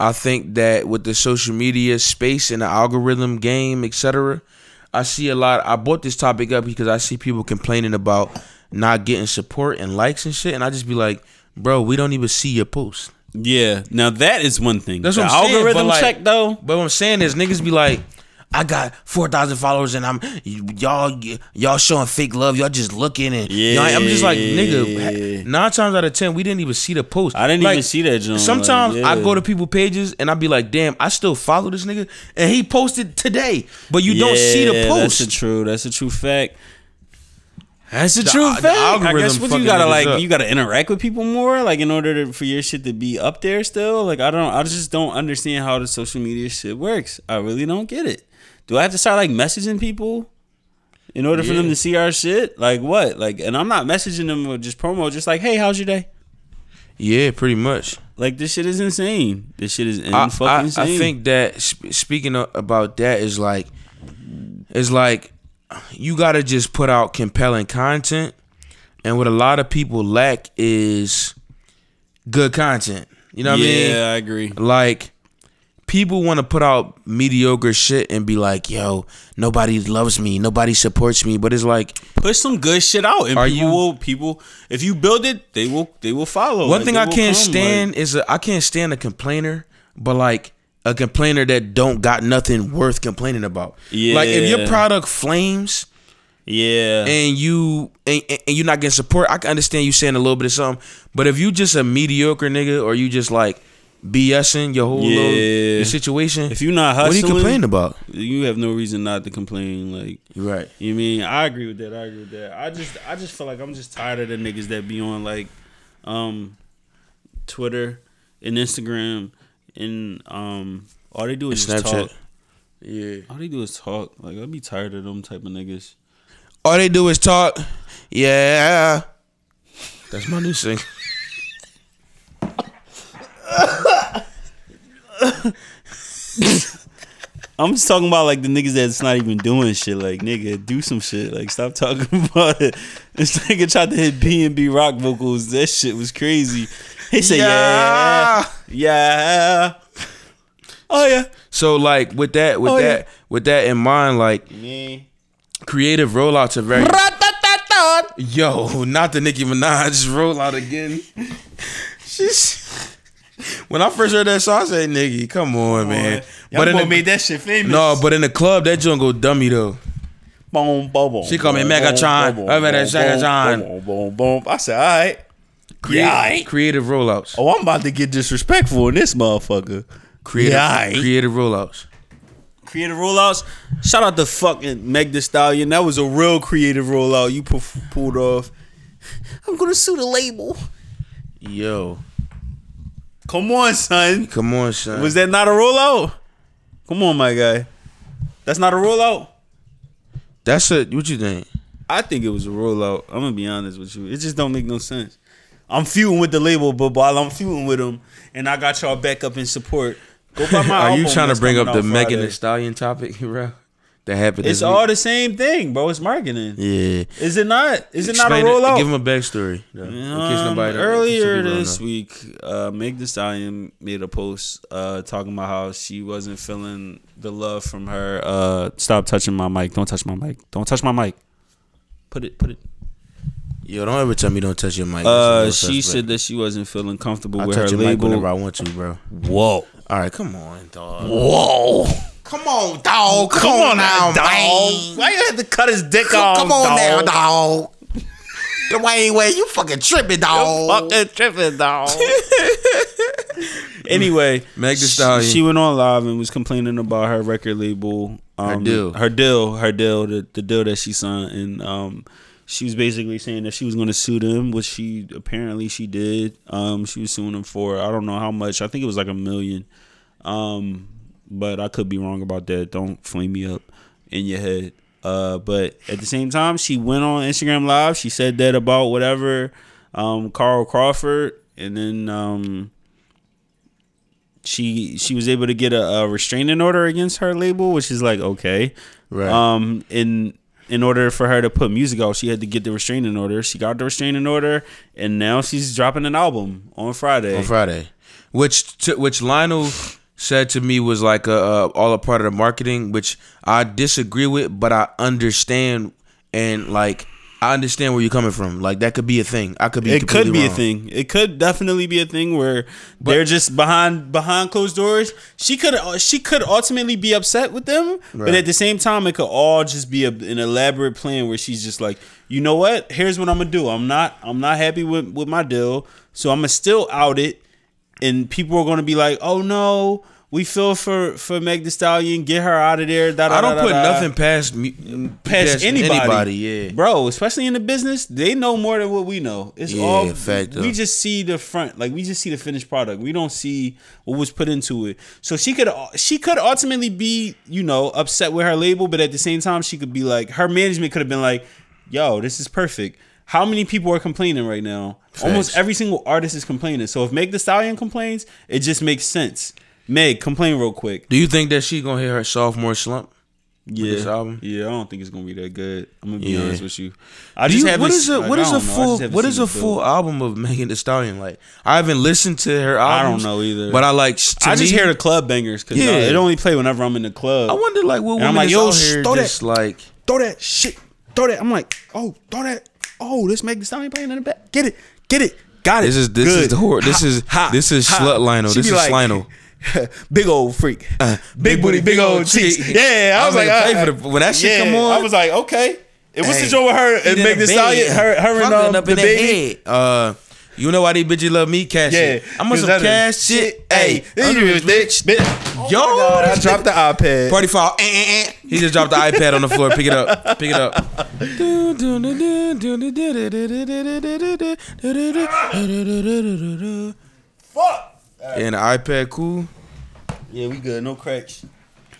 I think that with the social media space and the algorithm game, etc., I see a lot. I brought this topic up because I see people complaining about not getting support and likes and shit, and I just be like, bro, we don't even see your post. Yeah. Now that is one thing. That's the what I'm saying, algorithm but, like- check though. But what I'm saying is niggas be like, I got four thousand followers and I'm y'all y'all showing fake love. Y'all just looking and y'all ain't-" I'm just like Yeah. nigga. Nine times out of ten, we didn't even see the post. I didn't Like, even see that. John. Sometimes I go to people pages and I be like, damn, I still follow this nigga and he posted today, but you don't see the Yeah, post. That's a true. That's a true fact. That's a The- true the fact. I algorithm guess what you fucking gotta niggas like, up. you gotta interact with people more, like in order to, for your shit to be up there still. Like I don't, I just don't understand how the social media shit works. I really don't get it. Do I have to start like messaging people in order for them to see our shit? Like what? Like, and I'm not messaging them with just promo, just like, hey, how's your day? yeah, pretty much. Like this shit is insane. This shit is in I, fucking I, insane. I think that sp- speaking of, about that is like, is like, you gotta just put out compelling content, and what a lot of people lack is good content. You know what I mean? yeah, I agree. Like people want to put out mediocre shit and be like, "Yo, nobody loves me, nobody supports me," but it's like Push some good shit out, and Are people you- will people. If you build it, they will they will follow. one Like, thing they I will can't come, like- stand is a, I can't stand a complainer, but like a complainer that don't got nothing worth complaining about. Like if your Yeah. product flames yeah, and you and, and and you're not getting support, I can understand you saying a little bit of something, but if you just a mediocre nigga or you just like BSing your whole little Yeah. your situation, if you're not what are you hustling, complaining about? You have no reason not to complain. Like Right. you mean I agree with that. I agree with that. I just I just feel like I'm just tired of the niggas that be on like um Twitter and Instagram and um all they do is And just Snapchat. talk. Yeah. All they do is talk. Like I'd be tired of them type of niggas. All they do is talk. Yeah. That's my new single. I'm just talking about like the niggas that's not even doing shit. Like nigga, do some shit. Like stop talking about it. This nigga tried to hit B and B rock vocals. That shit was crazy. He said yeah, yeah. Oh yeah. So like with that with Oh, yeah. that with that in mind, like creative rollouts are very Yo, not the Nicki Minaj rollout again. She's when I first heard that song, I said, "Nigga, come on, man." But But in boy the, made that shit famous. no, but in the club, that joint go dummy though. boom, boom, boom. She called me Megatron. I mean, that's Megatron. Boom, boom, boom. I said, all right. Creative, Yeah, aight. creative rollouts. Oh, I'm about to get disrespectful in this motherfucker. creative, yeah, aight. creative rollouts. Creative rollouts. Shout out to fucking Meg Thee Stallion. That was a real creative rollout you pu- pulled off. I'm gonna sue the label. Yo, Come on, son. come on, son. Was that not a rollout? Come on, my guy. That's not a rollout. That's it. What you think? I think it was a rollout. I'm gonna be honest with you. It just don't make no sense. I'm feuding with the label, but while I'm feuding with them, and I got y'all back up in support. Go buy my. Are you album trying to that's bring up coming the out Megan Friday. Thee Stallion topic, bro? That happened. It's this all week? the same thing, bro. It's marketing. yeah. Is it not? Is it Explain not a rollout? Give him a backstory. though, in case Um, nobody don't- in case earlier some people don't this know. week, uh, Meg Thee Stallion made a post uh, talking about how she wasn't feeling the love from her. Uh, Stop touching my mic! Don't touch my mic! Don't touch my mic! Put it, put it. Yo, don't ever tell me don't touch your mic. Uh, That's a she little suspect. said that she wasn't feeling comfortable I with her touch your mic label. whenever I want to, bro. Whoa! All right, come on, dog. Whoa! Come on, dog. Come, on, now, Dog, why you had to cut his dick off? dog? dog. The way, way you fucking tripping, dog. Fucking tripping, dog. anyway, Meg Thee sh- Stallion. She, went on live and was complaining about her record label. Um, Her deal. Her deal. Her deal. The, the deal that she signed, and um, she was basically saying that she was going to sue them, which she apparently she did. Um, she was suing them for I don't know how much. I think it was like a million. Um, but I could be wrong about that. Don't flame me up in your head. Uh, but at the same time, she went on Instagram Live. She said that about whatever, um, Carl Crawford, and then um, she she was able to get a, a restraining order against her label, which is like okay. Right. Um, in in order for her to put music out, she had to get the restraining order. She got the restraining order, and now she's dropping an album on Friday. on Friday, which to, which Lionel said to me was like a, uh all a part of the marketing, which I disagree with, but I understand and like I understand where you're coming from. Like that could be a thing. I could be. It could completely be a wrong. thing. It could definitely be a thing where they're just behind behind closed doors. She could she could ultimately be upset with them, but Right. at the same time, it could all just be a, an elaborate plan where she's just like, you know what? Here's what I'm gonna do. I'm not I'm not happy with with my deal, so I'm gonna still out it, and people are gonna be like, oh no. We feel for for Meg Thee Stallion. Get her out of there. da, da, I don't da, put da, da nothing past me, past anybody. Yeah. bro. Especially in the business, they know more than what we know. It's Yeah, all fact, though. we just see the front, like we just see the finished product. We don't see what was put into it. So she could, she could ultimately be, you know, upset with her label, but at the same time, she could be like, her management could have been like, "Yo, this is perfect." How many people are complaining right now? Almost every single artist is complaining. So if Meg The Stallion complains, it just makes sense. Meg, complain real quick. Do you think that she gonna hit her sophomore slump? Yeah, this album? yeah. I don't think it's gonna be that good. I'm gonna be Yeah. honest with you. I Do just you, haven't. what is a like, what I is a don't know. I just full haven't what seen is the a film. full album of Megan Thee Stallion like? I haven't listened to her I albums. don't know either. But I like. To I just me, hear the club bangers because Yeah. it only play whenever I'm in the club. I wonder like what And I'm women like, is yo, out here throw that- just like. throw that shit. Throw that. I'm like, oh, throw that. Oh, this Megan Thee Stallion playing in the back. Get it. Get it. Got it. This is- this Good. is the whore- this is- this is slut Lionel. She This be is Lionel. Uh, big old freak. big, booty, big old cheeks. Yeah, I, was like, pay uh, for the- when that shit yeah, come on, I was like, okay. It was the Hey, joint with her and in Megan Thee the Stallion, bed. her, her and Fucking um, up the in baby. head. Uh, you know why these bitches love me, cash Yeah, shit. I'm on some cash shit. Hey, Oh under his bitch, bitch. Yo, I this dropped the iPad. Party foul. Eh, eh, eh. He just dropped the iPad on the floor. Pick it up. Pick it up. And the iPad cool. Yeah, we good. No cracks.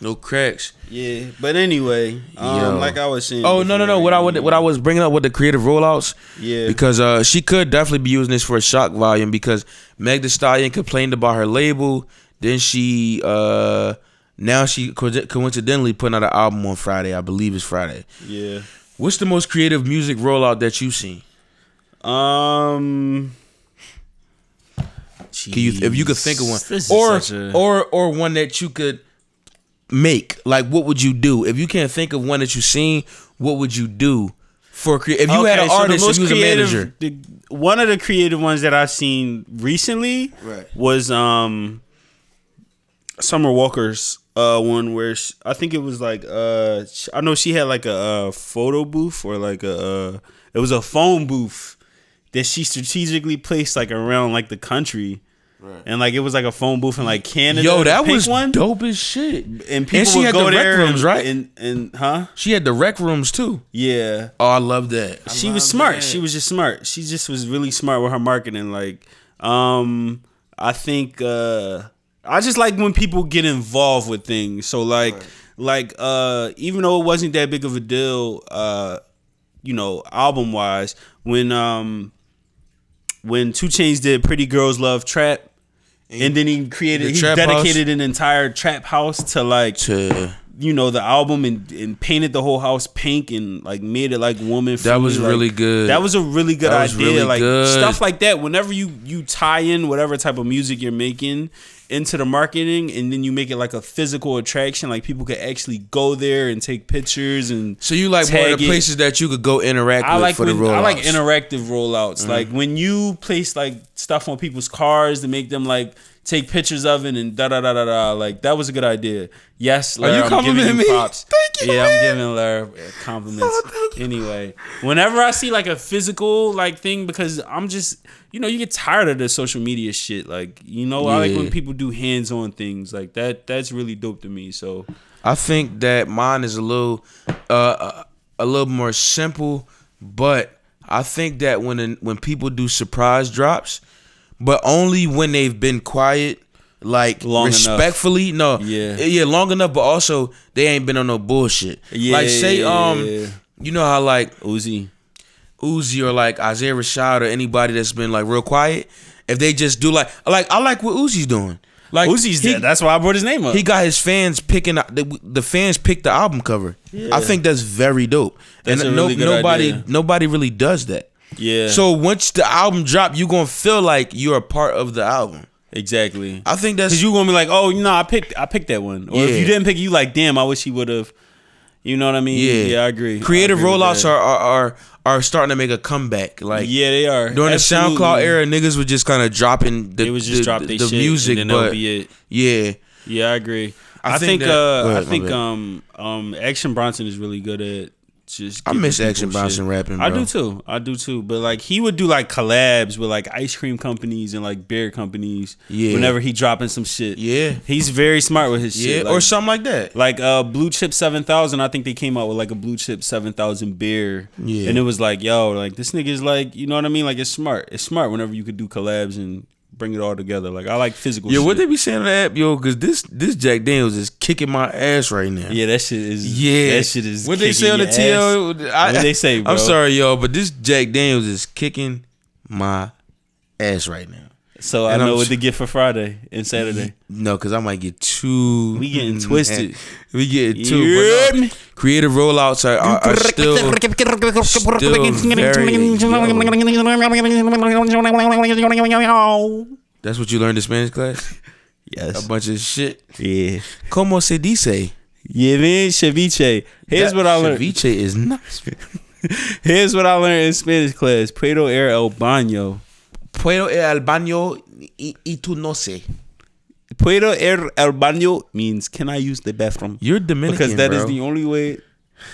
No cracks. Yeah, but anyway, um, Yo. like I was saying. Oh no no no! before, What I would, what I was bringing up with the creative rollouts, Yeah. because uh, she could definitely be using this for a shock volume because Meg Thee Stallion complained about her label. Then she uh, now she co- coincidentally putting out an album on Friday. I believe it's Friday. Yeah. What's the most creative music rollout that you've seen? Um. Can you, if you could think of one, Jeez, this is or such a- or or one that you could make, like what would you do if you can't think of one that you've seen? What would you do for cre- if you had Okay, an so the artist, most if you was creative- a manager? the- one of the creative ones that I've seen recently Right. was um Summer Walker's uh one where sh I think it was like uh sh- I know she had like a, uh photo booth or like a uh, it was a phone booth that she strategically placed like around like the country. And like it was like a phone booth in like Canada. Yo, the that pink was one. dope as shit. And people she would had go the rec there rooms, and, right? And and huh? She had the rec rooms too. Yeah. Oh, I love that. she was smart. She was just smart. She just was really smart with her marketing. Like, um, I think uh, I just like when people get involved with things. So like, like uh, even though it wasn't that big of a deal, uh, you know, album wise, when um, when Two Chains did "Pretty Girls Love Trap." And then he created, the he trap house? dedicated an entire trap house to like To- you know the album and, and painted the whole house pink and like made it like woman. That friendly, was like, really good. That was a really good That was idea. really like good. stuff like that. Whenever you you tie in whatever type of music you're making into the marketing, and then you make it like a physical attraction. Like people could actually go there and take pictures and. so you like more Tag of the it. places that you could go interact I with like for when, the rollouts. I like interactive rollouts. Like when you place like stuff on people's cars to make them like take pictures of it and da da da da da. Like that was a good idea. Yes, Lara, you I'm giving complimenting you me? props. Thank you, Yeah, man. I'm giving Lara uh, compliments. Anyway, whenever I see like a physical like thing, because I'm just you know you get tired of the social media shit. Like you know I like Yeah. when people do hands on things like that. That's really dope to me. So I think that mine is a little, uh, a little more simple, but I think that when when people do surprise drops, but only when they've been quiet, like Long enough. respectfully. No, Yeah. yeah, long enough, but also they ain't been on no bullshit. Yeah, like say, um, yeah. you know how like Uzi, Uzi or like Isaiah Rashad or anybody that's been like real quiet, if they just do like like I like what Uzi's doing. Like Uzi's he, dead. That's why I brought his name up. he got his fans picking the, the fans picked the album cover. I think that's very dope, That's and a no, really good nobody idea. nobody really does that. yeah. So once the album drop, you gonna feel like you're a part of the album. exactly. I think that's Cause you gonna be like, oh, you know, I picked, I picked that one. Or if Yeah. you didn't pick, it, you like, damn, I wish he would have. You know what I mean? yeah. I agree. Creative I agree with rollouts that. are, are are are starting to make a comeback. Like yeah, they are. during Absolutely. the SoundCloud era, niggas were just kind of dropping the They was just the, drop their the shit and music, then that'll but be it. yeah, Yeah, I agree. I I, think think, that- Go uh, ahead, I my think bad. um um Action Bronson is really good at just. I giving miss people Action Bronson rapping, I bro. do too. I do too. But like he would do like collabs with like ice cream companies and like beer companies. Yeah. Whenever he dropping some shit. Yeah. He's very smart with his yeah, shit. or like- something like that. like uh blue chip 7000 i think they came out with like a blue chip 7000 beer Yeah. and it was like yo like this nigga's like you know what i mean like it's smart it's smart whenever you could do collabs and bring it all together like i like physical Yo, shit. what they be saying on the app, yo? Because this this Jack Daniels is kicking my ass right now. yeah that shit is Yeah, that shit is What they say on the kicking your ass. TL? I, What they say, bro? I'm sorry, y'all, but this Jack Daniels is kicking my ass right now. so i and I'm know what tr- to get for friday and saturday No, because I might get too. We getting twisted. we getting too. You but heard no, me? creative rollouts are, are, are still, still very. yo. That's what you learned in Spanish class? A yes bunch of shit. yeah Como se dice? yeah man ceviche here's That what i learned Ceviche is nice. here's what i learned in spanish class puedo air el baño Puedo ir al baño y, y tú no sé. Puedo ir al baño means can I use the bathroom? You're Dominican, because that is bro. the only way.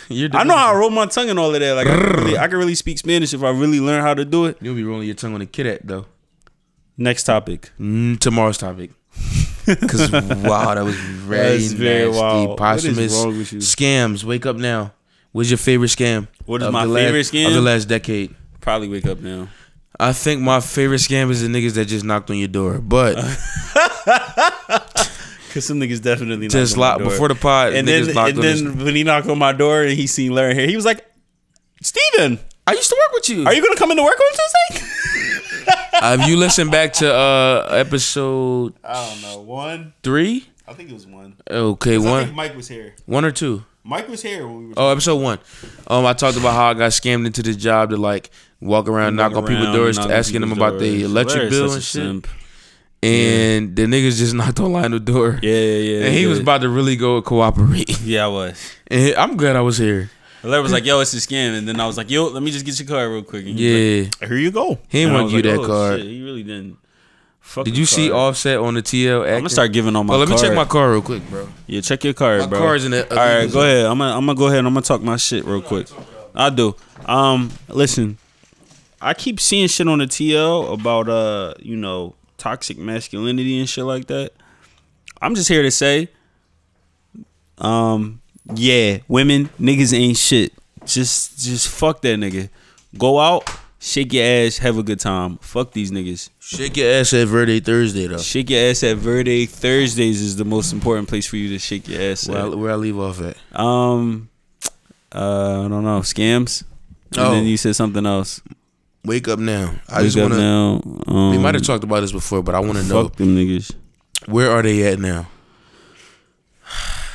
You're I know how I roll my tongue and all of that. Like I can, really, I can really speak Spanish if I really learn how to do it. You'll be rolling your tongue on a kid at though. Next topic. Mm, tomorrow's topic. Because wow, that was very That's very nasty. wild. What Posthumous is wrong with you? scams. Wake up now. What's your favorite scam? What is of my the la- favorite scam? of the last decade? Probably wake up now. I think my favorite scam is the niggas that just knocked on your door. But Cause some niggas definitely just knocked lock on my door. before the pod, and niggas then knocked and on then us. when he knocked on my door and he seen Larry here, he was like, "Steven, I used to work with you. are you gonna come into work on Tuesday?" Uh, if you listen back to uh, episode I don't know. One. three, I think it was one. okay, one, Mike was here. one or two. Mike was here when we were. Oh, episode one. Um, I talked about how I got scammed into the job to like walk around, knock, on people's doors, asking them about the electric bill and shit. And the niggas just knocked on Lionel's door. Yeah, yeah, yeah. And he was about to really go cooperate. Yeah, I was. And he- I'm glad I was here. Larry was like, "Yo, it's a scam," and then I was like, "Yo, let me just get your card real quick." And he was Yeah. like, here you go. He didn't And I want was you that "Oh, card." shit, he really didn't. Fuck Did the you see card. Offset on the TL? Acting? I'm gonna start giving on my. Oh, let me check card. my car real quick, bro. Yeah, check your card, My bro. card's in the- All right, go ahead. I'm gonna, I'm gonna go ahead. and I'm gonna talk my shit real quick. I do. Um, listen, I keep seeing shit on the TL about uh, you know, toxic masculinity and shit like that. I'm just here to say, um, yeah, women, niggas ain't shit. Just, just fuck that nigga. Go out, shake your ass, have a good time. Fuck these niggas. Shake your ass at Verde Thursday, though. Shake your ass at Verde Thursdays is the most important place for you to shake your ass. Where I, at. where I leave off at. Um, uh, I don't know scams. And Oh. then you said something else. Wake up now. I Wake just up want to. now. Um, We might have talked about this before, but I want to know Fuck them niggas. where are they at now?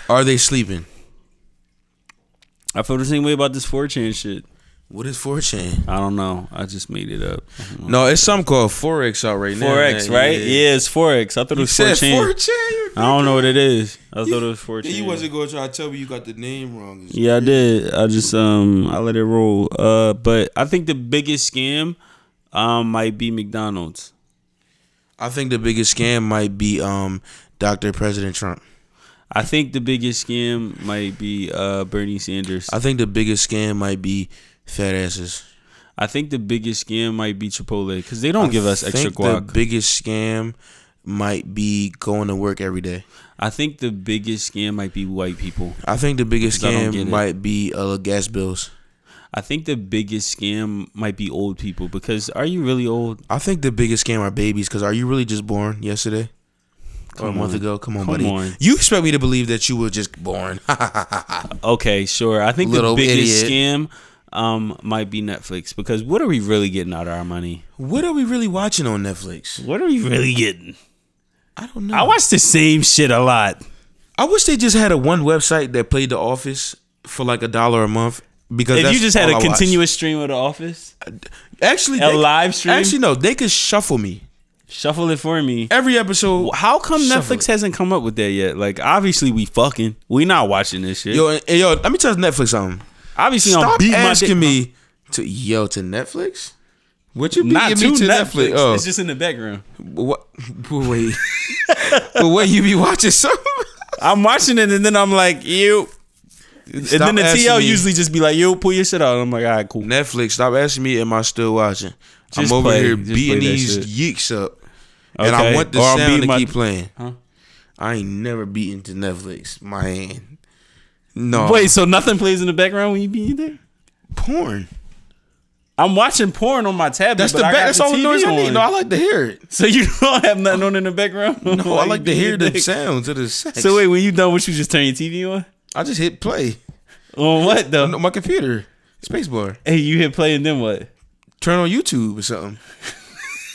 Are they sleeping? I feel the same way about this 4chan shit. What is 4chan? I don't know. I just made it up. No, it's something called Forex out right now. 4x, man. right? Yeah. it's 4x. I thought it You was said 4chan. 4chan. you I don't know what it is. I thought it was 4chan. Yeah, you wasn't going to try to tell me you got the name wrong. It's- Yeah, I did. I just um I let it roll. Uh, but I think the biggest scam um might be McDonald's. I think the biggest scam might be um Dr. President Trump. I think the biggest scam might be uh Bernie Sanders. I think the biggest scam might be fat asses. I think the biggest scam might be Chipotle because they don't give us extra think guac. The biggest scam might be going to work every day. I think the biggest scam might be white people. I think the biggest 'Cause I don't get scam it. might be uh, gas bills. I think the biggest scam might be old people because are you really old? I think the biggest scam are babies because are you really just born yesterday? or a Come month on. ago? Come on, Come buddy. on. You expect me to believe that you were just born. Okay, sure. I think Little the biggest idiot. scam um might be Netflix because what are we really getting out of our money? what are we really watching on Netflix? What are we really getting? I don't know. I watch the same shit a lot. I wish they just had a one website that played The Office for like a dollar a month because If that's you just had all I a watch. continuous stream of The Office, actually a they- live stream, Actually, no, they could shuffle me shuffle it for me. every episode. How come Shuffle Netflix it. hasn't come up with that yet? Like, obviously we fucking, we not watching this shit. Yo, and- and yo, let me tell Netflix something. Obviously, I'm Stop beating my asking dick- me To yo to Netflix. What you beating Not me to to Netflix. Netflix? Oh, It's just in the background. what? But wait, but what you be watching something? I'm watching it and then I'm like, you. And Stop then the asking TL me. usually just be like, yo, pull your shit out. I'm like, all right, cool. Netflix. Stop asking me. Am I still watching? Just I'm over play- here just beating play that these shit. yeeks up, and I Okay. want the Or I'm sound beating to my- keep playing. Huh? I ain't never beaten to Netflix. My hand. No. Wait, so nothing plays in the background when you be in there? porn. I'm watching porn on my tablet. That's but the I back. got That's all the TV noise I need. on. No, I like to hear it. So you don't have nothing on in the background? No, I like to hear the that. sounds of the sex. So wait, when you done, what you just turn your TV on? I just hit play On what though? on my computer, spacebar. Hey, you hit play and then what? Turn on YouTube or something.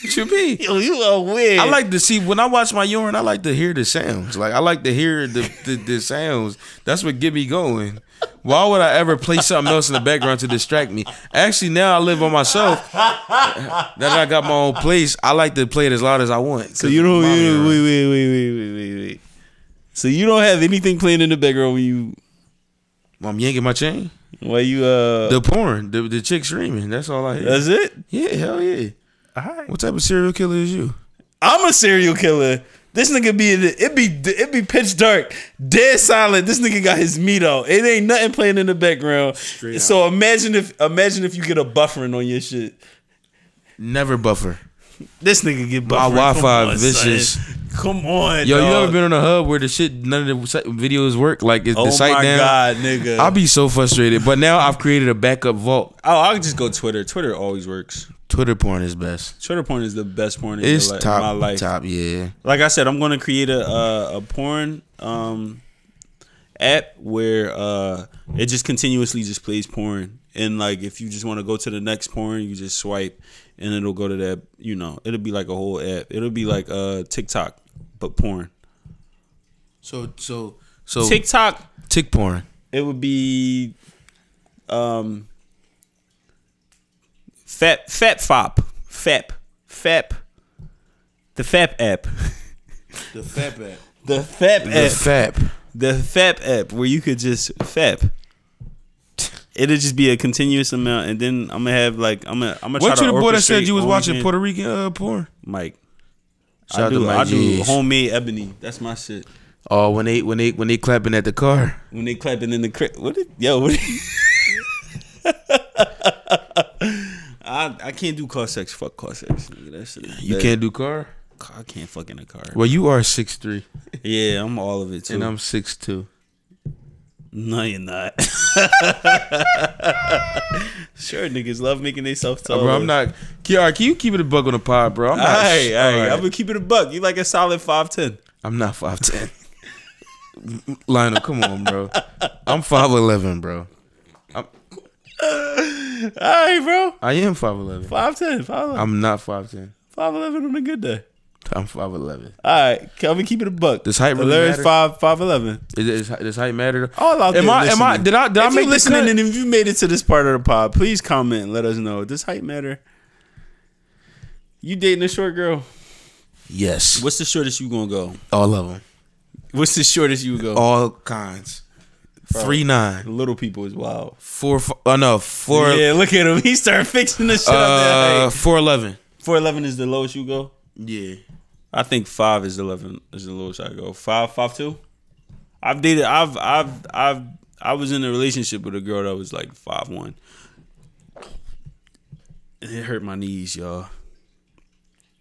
what you mean? Yo, you a weird. I like to see when I watch my urine. I like to hear the sounds. Like I like to hear the the, the sounds. That's what get me going. Why would I ever play something else in the background to distract me? Actually, now I live by myself. Now that I got my own place, I like to play it as loud as I want. So you don't. You don't wait, wait, wait, wait, wait, wait, wait. So you don't have anything playing in the background when you I'm yanking my chain. while you uh. The porn, the the chick screaming. That's all I hear. that's it. yeah, hell yeah. Alright. What type of serial killer is you? I'm a serial killer. This nigga be in the, it be it be pitch dark, dead silent. This nigga got his meat out. It ain't nothing playing in the background. so imagine if imagine if you get a buffering on your shit. Never buffer. This nigga get buffering. My Wi-Fi Come on, vicious. son. Come on, Yo, dog. you ever been on a hub where the shit none of the si- videos work? Like is Oh the site my down? god, nigga. I'll be so frustrated. But now I've created a backup vault. oh, I'll just go Twitter. Twitter always works. Twitter porn is best. Twitter porn is the best porn in It's your li- top, my life. top, yeah. Like I said, I'm going to create a uh, a porn um, app where uh, it just continuously just plays porn, and like if you just want to go to the next porn, you just swipe, and it'll go to that. You know, it'll be like a whole app. It'll be like uh, TikTok but porn. So, so, so tick, TikTok, tick porn. it would be um, Fap Fap Fop Fap Fap the Fap app. The fap app. The FAP The app. fap. the FAP app where you could just FAP. It'll just be a continuous amount, and then I'm gonna have like I'm gonna I'm gonna. What try you the to boy that said orchestrate you was on watching again. Puerto Rican uh, porn? Mike. Shout I out to do. Mike I do G's. homemade ebony. That's my shit. Oh, when they when they when they clapping at the car. When they clapping in the crib, what? Did, yo, what? Did, I I can't do car sex. Fuck car sex. Nigga. That shit. is You dead. can't do car. I can't fuck in a car. Well, you are six three, Yeah, I'm all of it too. and I'm six two. no, you're not. sure, niggas love making themselves taller. Uh, bro, I'm not. Kiara, can you keep it a bug on the pod, bro? I'm All not. right, all right. all right. I'm gonna keep it a buck. You like a solid five ten. I'm not five ten. Lionel, come on, bro. I'm five eleven, bro. All right, bro. I am five eleven. Five ten, five eleven. I'm not five ten. Five eleven on a good day. I'm five eleven. All right, I'm gonna keep it a buck. Does height really Larry's matter? five five eleven. Is, is, does height matter? All out am there I? Am I? listening. Did I? Did if I make you the listening cut? and if you made it to this part of the pod, please comment and let us know. Does height matter? You dating a short girl? yes. What's the shortest you gonna go? All of them. What's the shortest you go? All kinds. Three nine. Little people is wild. Four. fi- Oh no. Four. yeah, look at him. He started fixing the shit uh, up there. four eleven. Four eleven is the lowest you go. Yeah. I think five is eleven is the lowest I go. Five, five two. I've dated. I've, I've, I've. I was in a relationship with a girl that was like five one. It hurt my knees, y'all.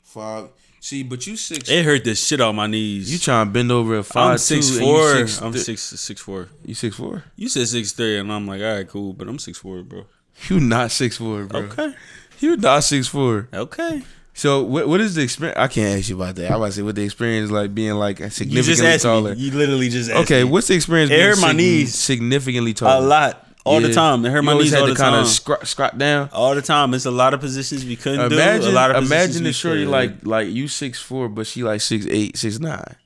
Five. See, but you six. It hurt the shit out of my knees. You trying to bend over at five I'm six two, and four. You six, I'm thi- six six four. You six four. You said six three, and I'm like, all right, cool, but I'm six four, bro. You not six four, bro. Okay, You not six four. okay. So what what is the experience? I can't ask you about that. I about to say what the experience like being like significantly You just asked taller. me. You literally just asked Okay, me. what's the experience? It being hurt my sign- knees. significantly a taller. lot all the Yeah. time. It hurt You my always knees had all to the time. of scrot, scrot down. all the time. It's a lot of positions we couldn't do. A Imagine, lot of positions imagine we the shorty could. like like you six four, but she like six eight, six nine.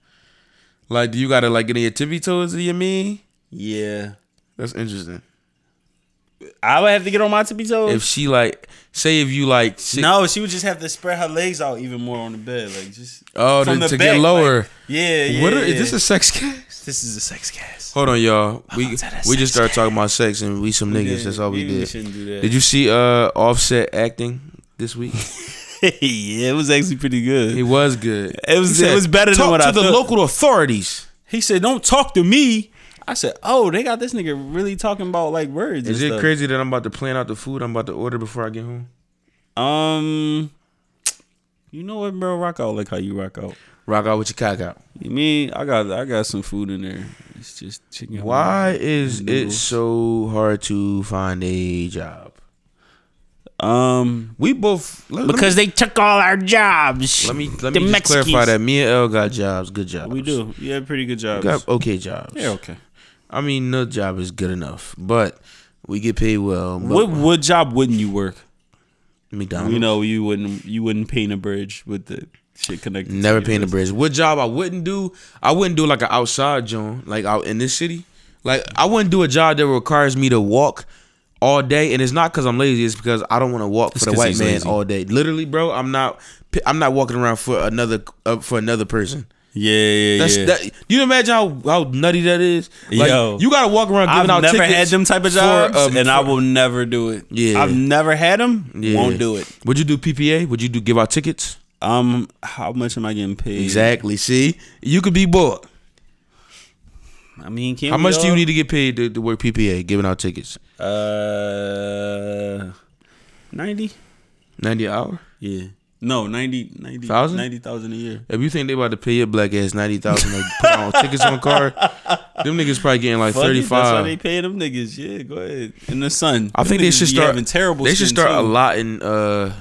Like, do you gotta like get in your tippy toes? Do you mean? yeah. That's interesting. I would have to get on my tippy toes. If she like, say if you like, six, no, she would just have to spread her legs out even more on the bed, like just oh, to, from the to back, get lower. like- yeah, yeah. what are, yeah. is this a sex cast? This is a sex cast. Hold on, y'all. We to the we sex just started talking about sex and we some niggas. That's all we Maybe did. shouldn't do that. Did you see uh Offset acting this week? yeah, it was actually pretty good. It was good. It was- He it was better than Talk what to I the thought." local authorities. He said, "Don't talk to me." I said, "Oh, they got this nigga really talking about like words." Is and it stuff. crazy that I'm about to plan out the food I'm about to order before I get home? Um, you know what, bro? Rock out like how you rock out. Rock out with your cock out. You mean I got I got some food in there. It's just chicken. Why Mm, is it Noodles. so hard to find a job? Um, We both let, Because they took all our jobs. let me the let me, let me just Mexicans. clarify that me and L got jobs. Good jobs. we do. You have pretty good We jobs. got okay jobs. yeah, okay. I mean, no job is good enough, but we get paid well. But What what job wouldn't you work? McDonald's? You know, you wouldn't you wouldn't paint a bridge with the shit connected. to Never your paint a business. bridge. What job I wouldn't do? I wouldn't do like an outside job, like out in this city. Like I wouldn't do a job that requires me to walk all day, and it's not because I'm lazy. It's because I don't want to walk for It's the 'cause white he's man lazy. all day. Literally, bro, I'm not. I'm not walking around for another uh, for another person. Yeah, yeah, That's yeah. that. You imagine how, how nutty that is. Like, Yo. you gotta walk around I've giving out never tickets had them type of for, jobs, um, and I for- will never do it. Yeah. I've never had them. Yeah. Won't do it. Would you do PPA? Would you do give out tickets? Um, how much am I getting paid? Exactly. See, you could be bored. I mean, can How much do you need to get paid to, to work PPA? Giving out tickets, Uh, ninety. ninety an hour. Yeah. No, 90 90 Thousand? 90,000 a year. If you think they about to pay your black ass ninety thousand, like put on tickets on car, them niggas probably getting like Fuck it, thirty That's why they five. pay them niggas. Yeah, go ahead. In the sun. I Them think they niggas should be start. having terrible. they should skin, start too. a lot in. Uh,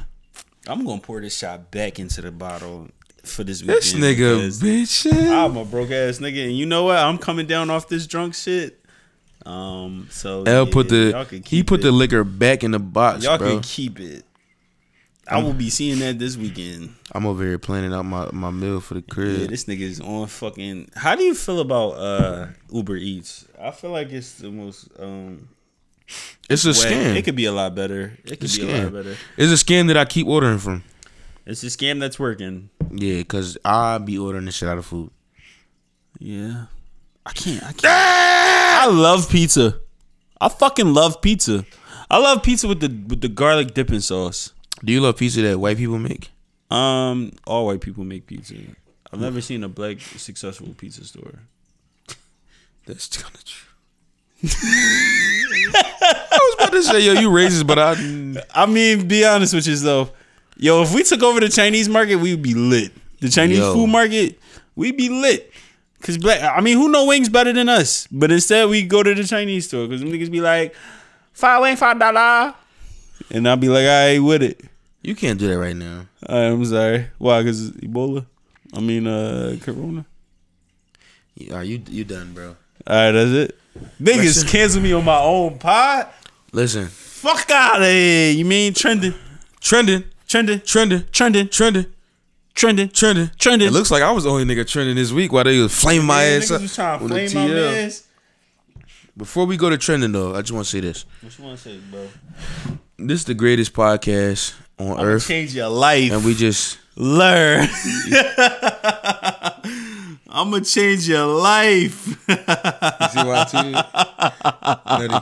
I'm gonna pour this shot back into the bottle for this weekend. this nigga, because bitch. I'm a broke ass nigga, and you know what? I'm coming down off this drunk shit. Um, so L yeah, put y'all can the he keep put it. the liquor back in the box, y'all bro. can keep it. I will be seeing that this weekend. I'm over here planning out my, my meal for the Yeah, crib. this nigga is on fucking. How do you feel about uh Uber Eats? I feel like it's the most um. it's a whack. scam. It could be a lot better. It could It's a be a lot scam. better. It's a scam that I keep ordering from. It's a scam that's working. Yeah, cause I be ordering the shit out of food. Yeah, I can't. I can't. I love pizza. I fucking love pizza. I love pizza with the with the garlic dipping sauce. Do you love pizza that white people make? Um, all white people make pizza. I've never seen a black successful pizza store. That's kind of true. I was about to say, yo, you racist, but I. I mean, be honest with yourself. Yo, if we took over the Chinese market, we'd be lit. The Chinese Yo. food market, we'd be lit. Cause black, I mean, who know wings better than us? But instead, we go to the Chinese store because them niggas be like, five wing, five dollar, and I'll be like, I ain't with it. You can't do that right now. All right, I'm sorry. Why? Cause Ebola. I mean, uh, Corona. You- Are you you done, bro? All right, that's it. Niggas cancel me on my own pod. Listen, Fuck out of here. You mean trending, trending, trending, trending, trending, trending, trending, trending. trending. It looks like I was the only nigga trending this week while they was flaming my Yeah, ass niggas up. was trying to with the flame my TL. mans. Before we go to trending though, I just want to say this: What you want to say, bro? this is the greatest podcast on earth, Change your life. and we just learn. I'm gonna change your life. see why too.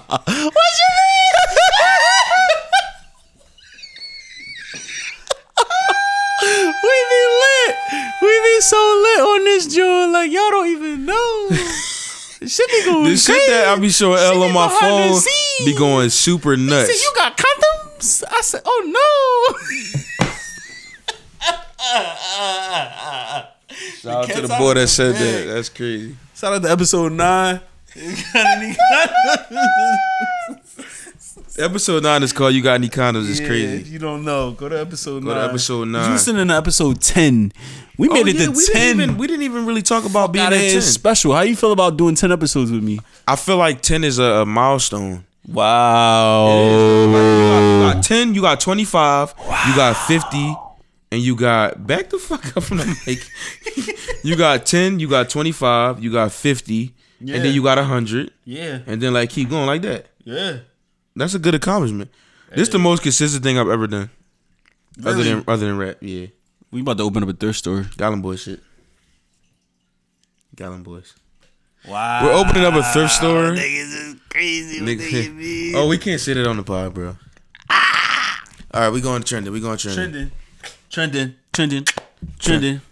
we be lit. We be so lit on this joint, like y'all don't even know. Shit be going The shit crazy. that I be showing L on my behind the phone be scenes. going super nuts. said, you got condoms? I said, oh no. Shout out to Cats the out boy of that the said bag. that. That's crazy. Shout out to episode nine. Episode nine is called "You Got Any Condoms." It's Yeah, If crazy. you don't know, go to episode Go nine. to episode You nine. Oh, listening to episode ten? We made it to we ten. Didn't even, we didn't even really talk about being at Outta here, ten. it's special. How you feel about doing ten episodes with me? I feel like ten is a, a milestone. Wow. You got ten, you got twenty-five, you got fifty, and you got back the fuck up from the mic. you got ten, you got twenty-five, you got fifty, and Yeah. then you got hundred, Yeah. and then like keep going like that. Yeah. That's a good accomplishment. This is the most consistent thing I've ever done, other Really? than other than rap. Yeah. We about to open up a thrift store. Gallon boy shit. Gallon boys. Wow. We're opening up a thrift store. Niggas is crazy. What Nigga. niggas be. Oh, we can't say that on the pod, bro. All right, we going trending. We going trending. Trending. Trending. Trending. Trending. Trending.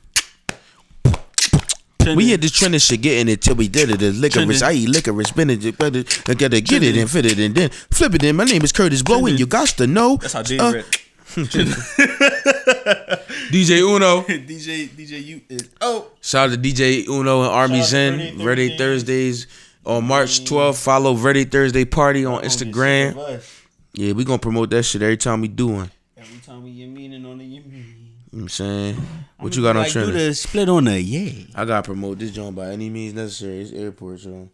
We had this trending shit getting it till we did it. It's licorice. Trending. I eat licorice, spinach. it, but it- I gotta get it and fit it and then flip it in. My name is Curtis Blow, and you got to know. That's how Dave uh, read. DJ Uno. DJ DJ you is oh Shout out to DJ Uno and Army Shout out to Zen. Verde Ready Thursdays on March 12th. Follow Ready Thursday Party on Instagram. Yeah, we gonna promote that shit every time we do one. Every time we get meaning on it, you mean. You know what I'm saying? What you got on trending? split on a yeah. I gotta promote this joint by any means necessary. It's airport, so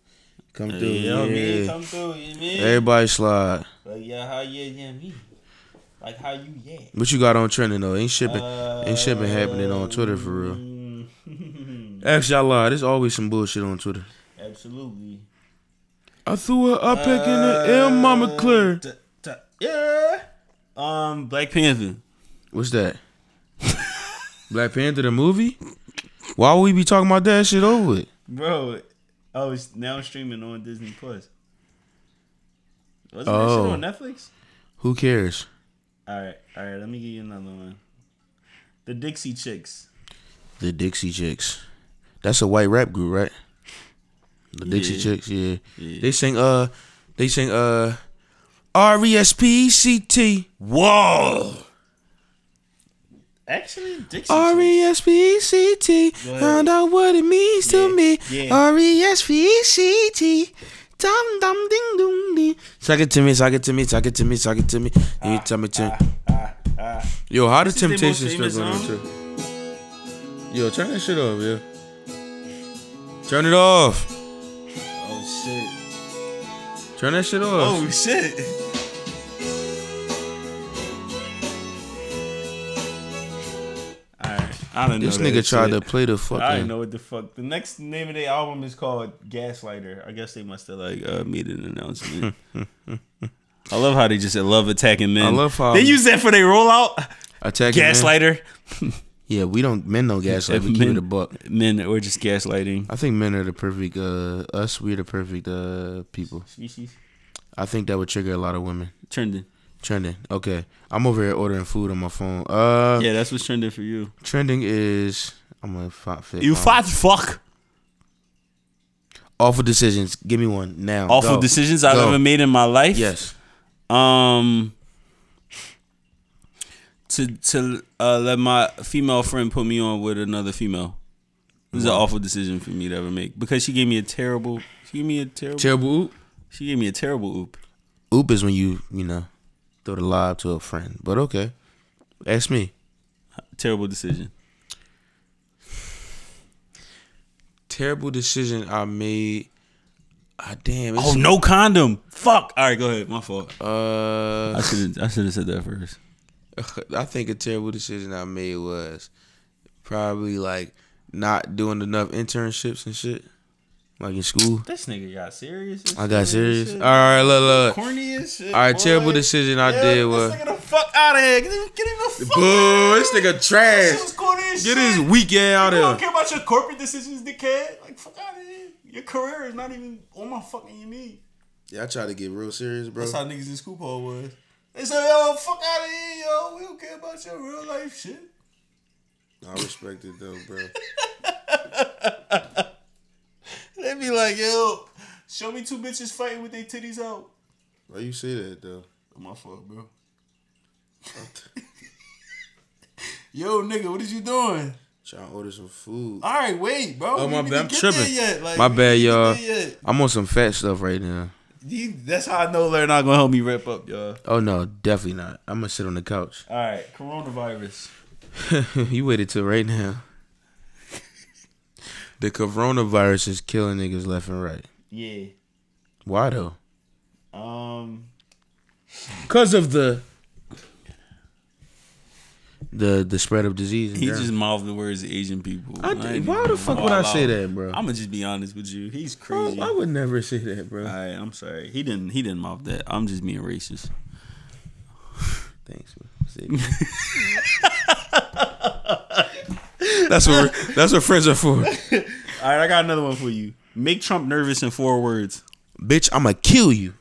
come through. Yeah, man, yeah. come through, you mean? Everybody slide. Like yeah, how yeah, yeah, me. Like how you yeah. What you got on trending though? Ain't shipping, Uh, ain't shipping happening on Twitter for real. real. Actually, I lied. There's always some bullshit on Twitter. Absolutely. I threw her up picking Uh, the L, Mama Claire. t- t- yeah. Um, Black Panther. What's that? Black Panther the movie? Why would we be talking about that shit over it? Bro, oh, it's now streaming on Disney Plus. Wasn't Oh. that shit on Netflix? Who cares? All right, all right. Let me give you another one. The Dixie Chicks. The Dixie Chicks. That's a white rap group, right? The Dixie Yeah. Chicks, yeah. Yeah. They sing uh they sing uh R E S P E C T. Whoa. Actually, Dixie R Chicks. E S P E C T. Find out what it means to Yeah, me. yeah. R E S P E C T. Dum dum ding dum ding. Suck it to me, suck it to me, suck it to me, suck it to me. You Ah, tell me to. Yo, how the This is their most Temptations still famous going on song? too? Yo, turn that shit off, yo. Turn it off. Oh shit! Turn that shit off. Oh shit! All right, I don't know. this that nigga tried shit. to play the I didn't fucking. know what the fuck. The next name of their album is called Gaslighter. I guess they must have like uh, made an announcement. I love how they just love attacking men. I love how- they use that for their rollout. Attack Gaslighter. Yeah, we don't. Men don't gaslight. We Men- keep it a buck. Men or just gaslighting I think men are the perfect. Uh, us, we're the perfect uh people. species. I think that would trigger a lot of women. Trending. Trending. Okay, I'm over here ordering food on my phone. Uh, Yeah, that's what's trending for you. trending is. I'm gonna fi- fit. You um, fat fuck. Awful decisions. Give me one now. Awful Go. decisions I've Go. ever made in my life. Yes. Um. To to uh, let my female friend put me on with another female. It was an awful decision for me to ever make because she gave me a terrible. She gave me a terrible. Terrible oop. she gave me a terrible oop. Oop is when you you know throw the lob to a friend. But okay, ask me. Terrible decision. Terrible decision I made. Ah, damn. Oh no condom. Fuck. All right, go ahead. My fault. Uh, I should I should have said that first. I think a terrible decision I made was probably like not doing enough internships and shit, like in school. This nigga got serious. I got serious. All right, look, look. Corny as shit. All right, terrible decision I did was. the fuck out of here. Get him, get him the fuck. Boo, this nigga trash. corny as Get his weak ass I don't out care about your corporate decisions, dickhead. Like, fuck out of here. Your career is not even on my fucking you need. Yeah, I try to get real serious, bro. That's how niggas in school hall was. They said, yo, fuck out of here, yo. We don't care about your real life shit. I respect it though, bro. They be like, yo, show me two bitches fighting with their titties out. Why you say that though? My fault, bro. yo, nigga, what is you doing? Trying to order some food. All right, wait, bro. Oh, We my didn't bad. I'm get there tripping. yet. Like, My we bad, didn't get y'all. there yet. I'm on some fat stuff right now. You- That's how I know they're not gonna help me wrap up, y'all. Oh no, definitely not. I'm gonna sit on the couch. All right, coronavirus. you waited till right now. The coronavirus is killing niggas left and right. Yeah. Why though? Um. Because of the the the spread of disease. in He general. just mouthed the words of Asian people. I did- why the fuck would I say that, bro? I'm gonna just be honest with you. He's Bro, crazy. I would never say that, bro. All right, I'm sorry. He didn't. He didn't mouth that. I'm just being racist. Thanks, man. that's what we're, that's what friends are for. All right, I got another one for you. Make Trump nervous in four words. Bitch, I'ma kill you.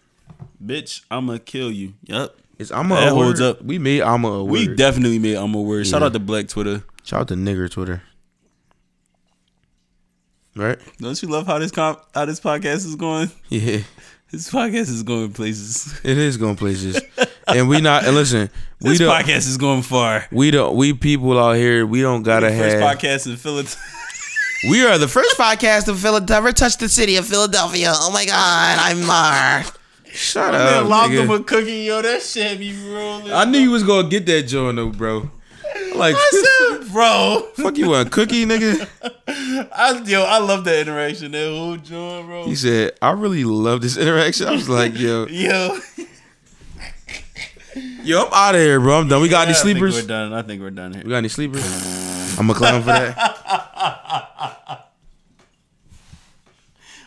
Bitch, I'ma kill you. Yep. It's I'ma That a holds word. up. We made I'ma a word. We definitely made I'm a word. Shout out to Black Twitter. Shout out to nigger Twitter. Right? Don't you love how this comp, how this podcast is going? Yeah. This podcast is going places. It is going places. and we not and listen, we This don't podcast is going far. we don't we people out here, we don't gotta First have podcast in Philadelphia. We are the first podcast of Philadelphia ever touched the city of Philadelphia. Oh my god, I'm Mar. Shut up. Lobbed Oh, nigga. him a cookie, yo. That shit be rolling, I knew you was gonna get that joint though, bro. Like bro. fuck you want a cookie, nigga? I, yo, I love that interaction. That whole joint, bro. He said, I really love this interaction. I was like, yo, yo, yo, I'm out of here, bro. I'm done. We got any I think sleepers? we're done. I think we're done here. We got any sleepers? I'm a clown for that.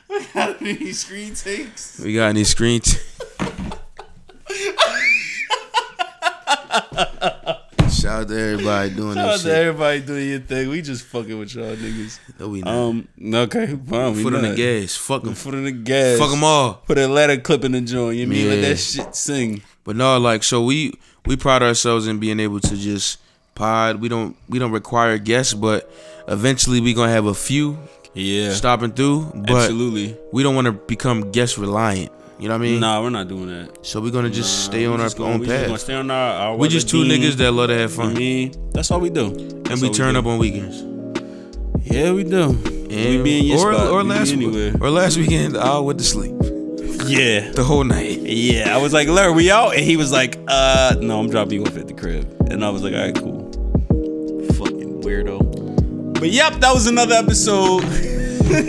We got any screen takes? We got any screen? T- Shout out to everybody doing Shout that out to Oh, shit. everybody doing your thing. We just fucking with y'all niggas. No, we not. Um, okay, fine. we Foot on the not. gas. Fuck them. Foot in the gas. Fuck them all. Put a letter clip in the joint. You mean let Yeah. that shit sing? But no, like so we we pride ourselves in being able to just pod. We don't we don't require guests, but eventually we gonna have a few Yeah, stopping through. But absolutely. we don't want to become guest reliant. You know what I mean? Nah, we're not doing that. So we're gonna just stay We're on our just gonna- own we Just gonna path. stay on our. our We just two weather beam. niggas that love to have I fun, mean, that's all we do. That's and we all turn do. up on weekends. Yeah, we do. we And- be in your or spot. or We be last anywhere. or last weekend, I went to sleep yeah, the whole night. yeah. I was like, "Larry, we out," and he was like, "Uh, no, I'm dropping you off at the crib," and I was like, "All right, cool." Fucking weirdo. But yep, that was another episode. we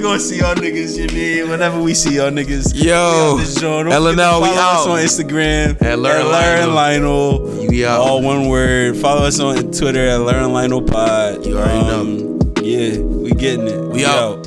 gonna see y'all niggas, you mean? Whenever we see y'all niggas, Yo, LNL, we follow us out. on Instagram At Larry and Lionel. We out. All one word. Follow us on Twitter at Larry and Lionel Pod. Um, You already know. Yeah, we getting it. We out.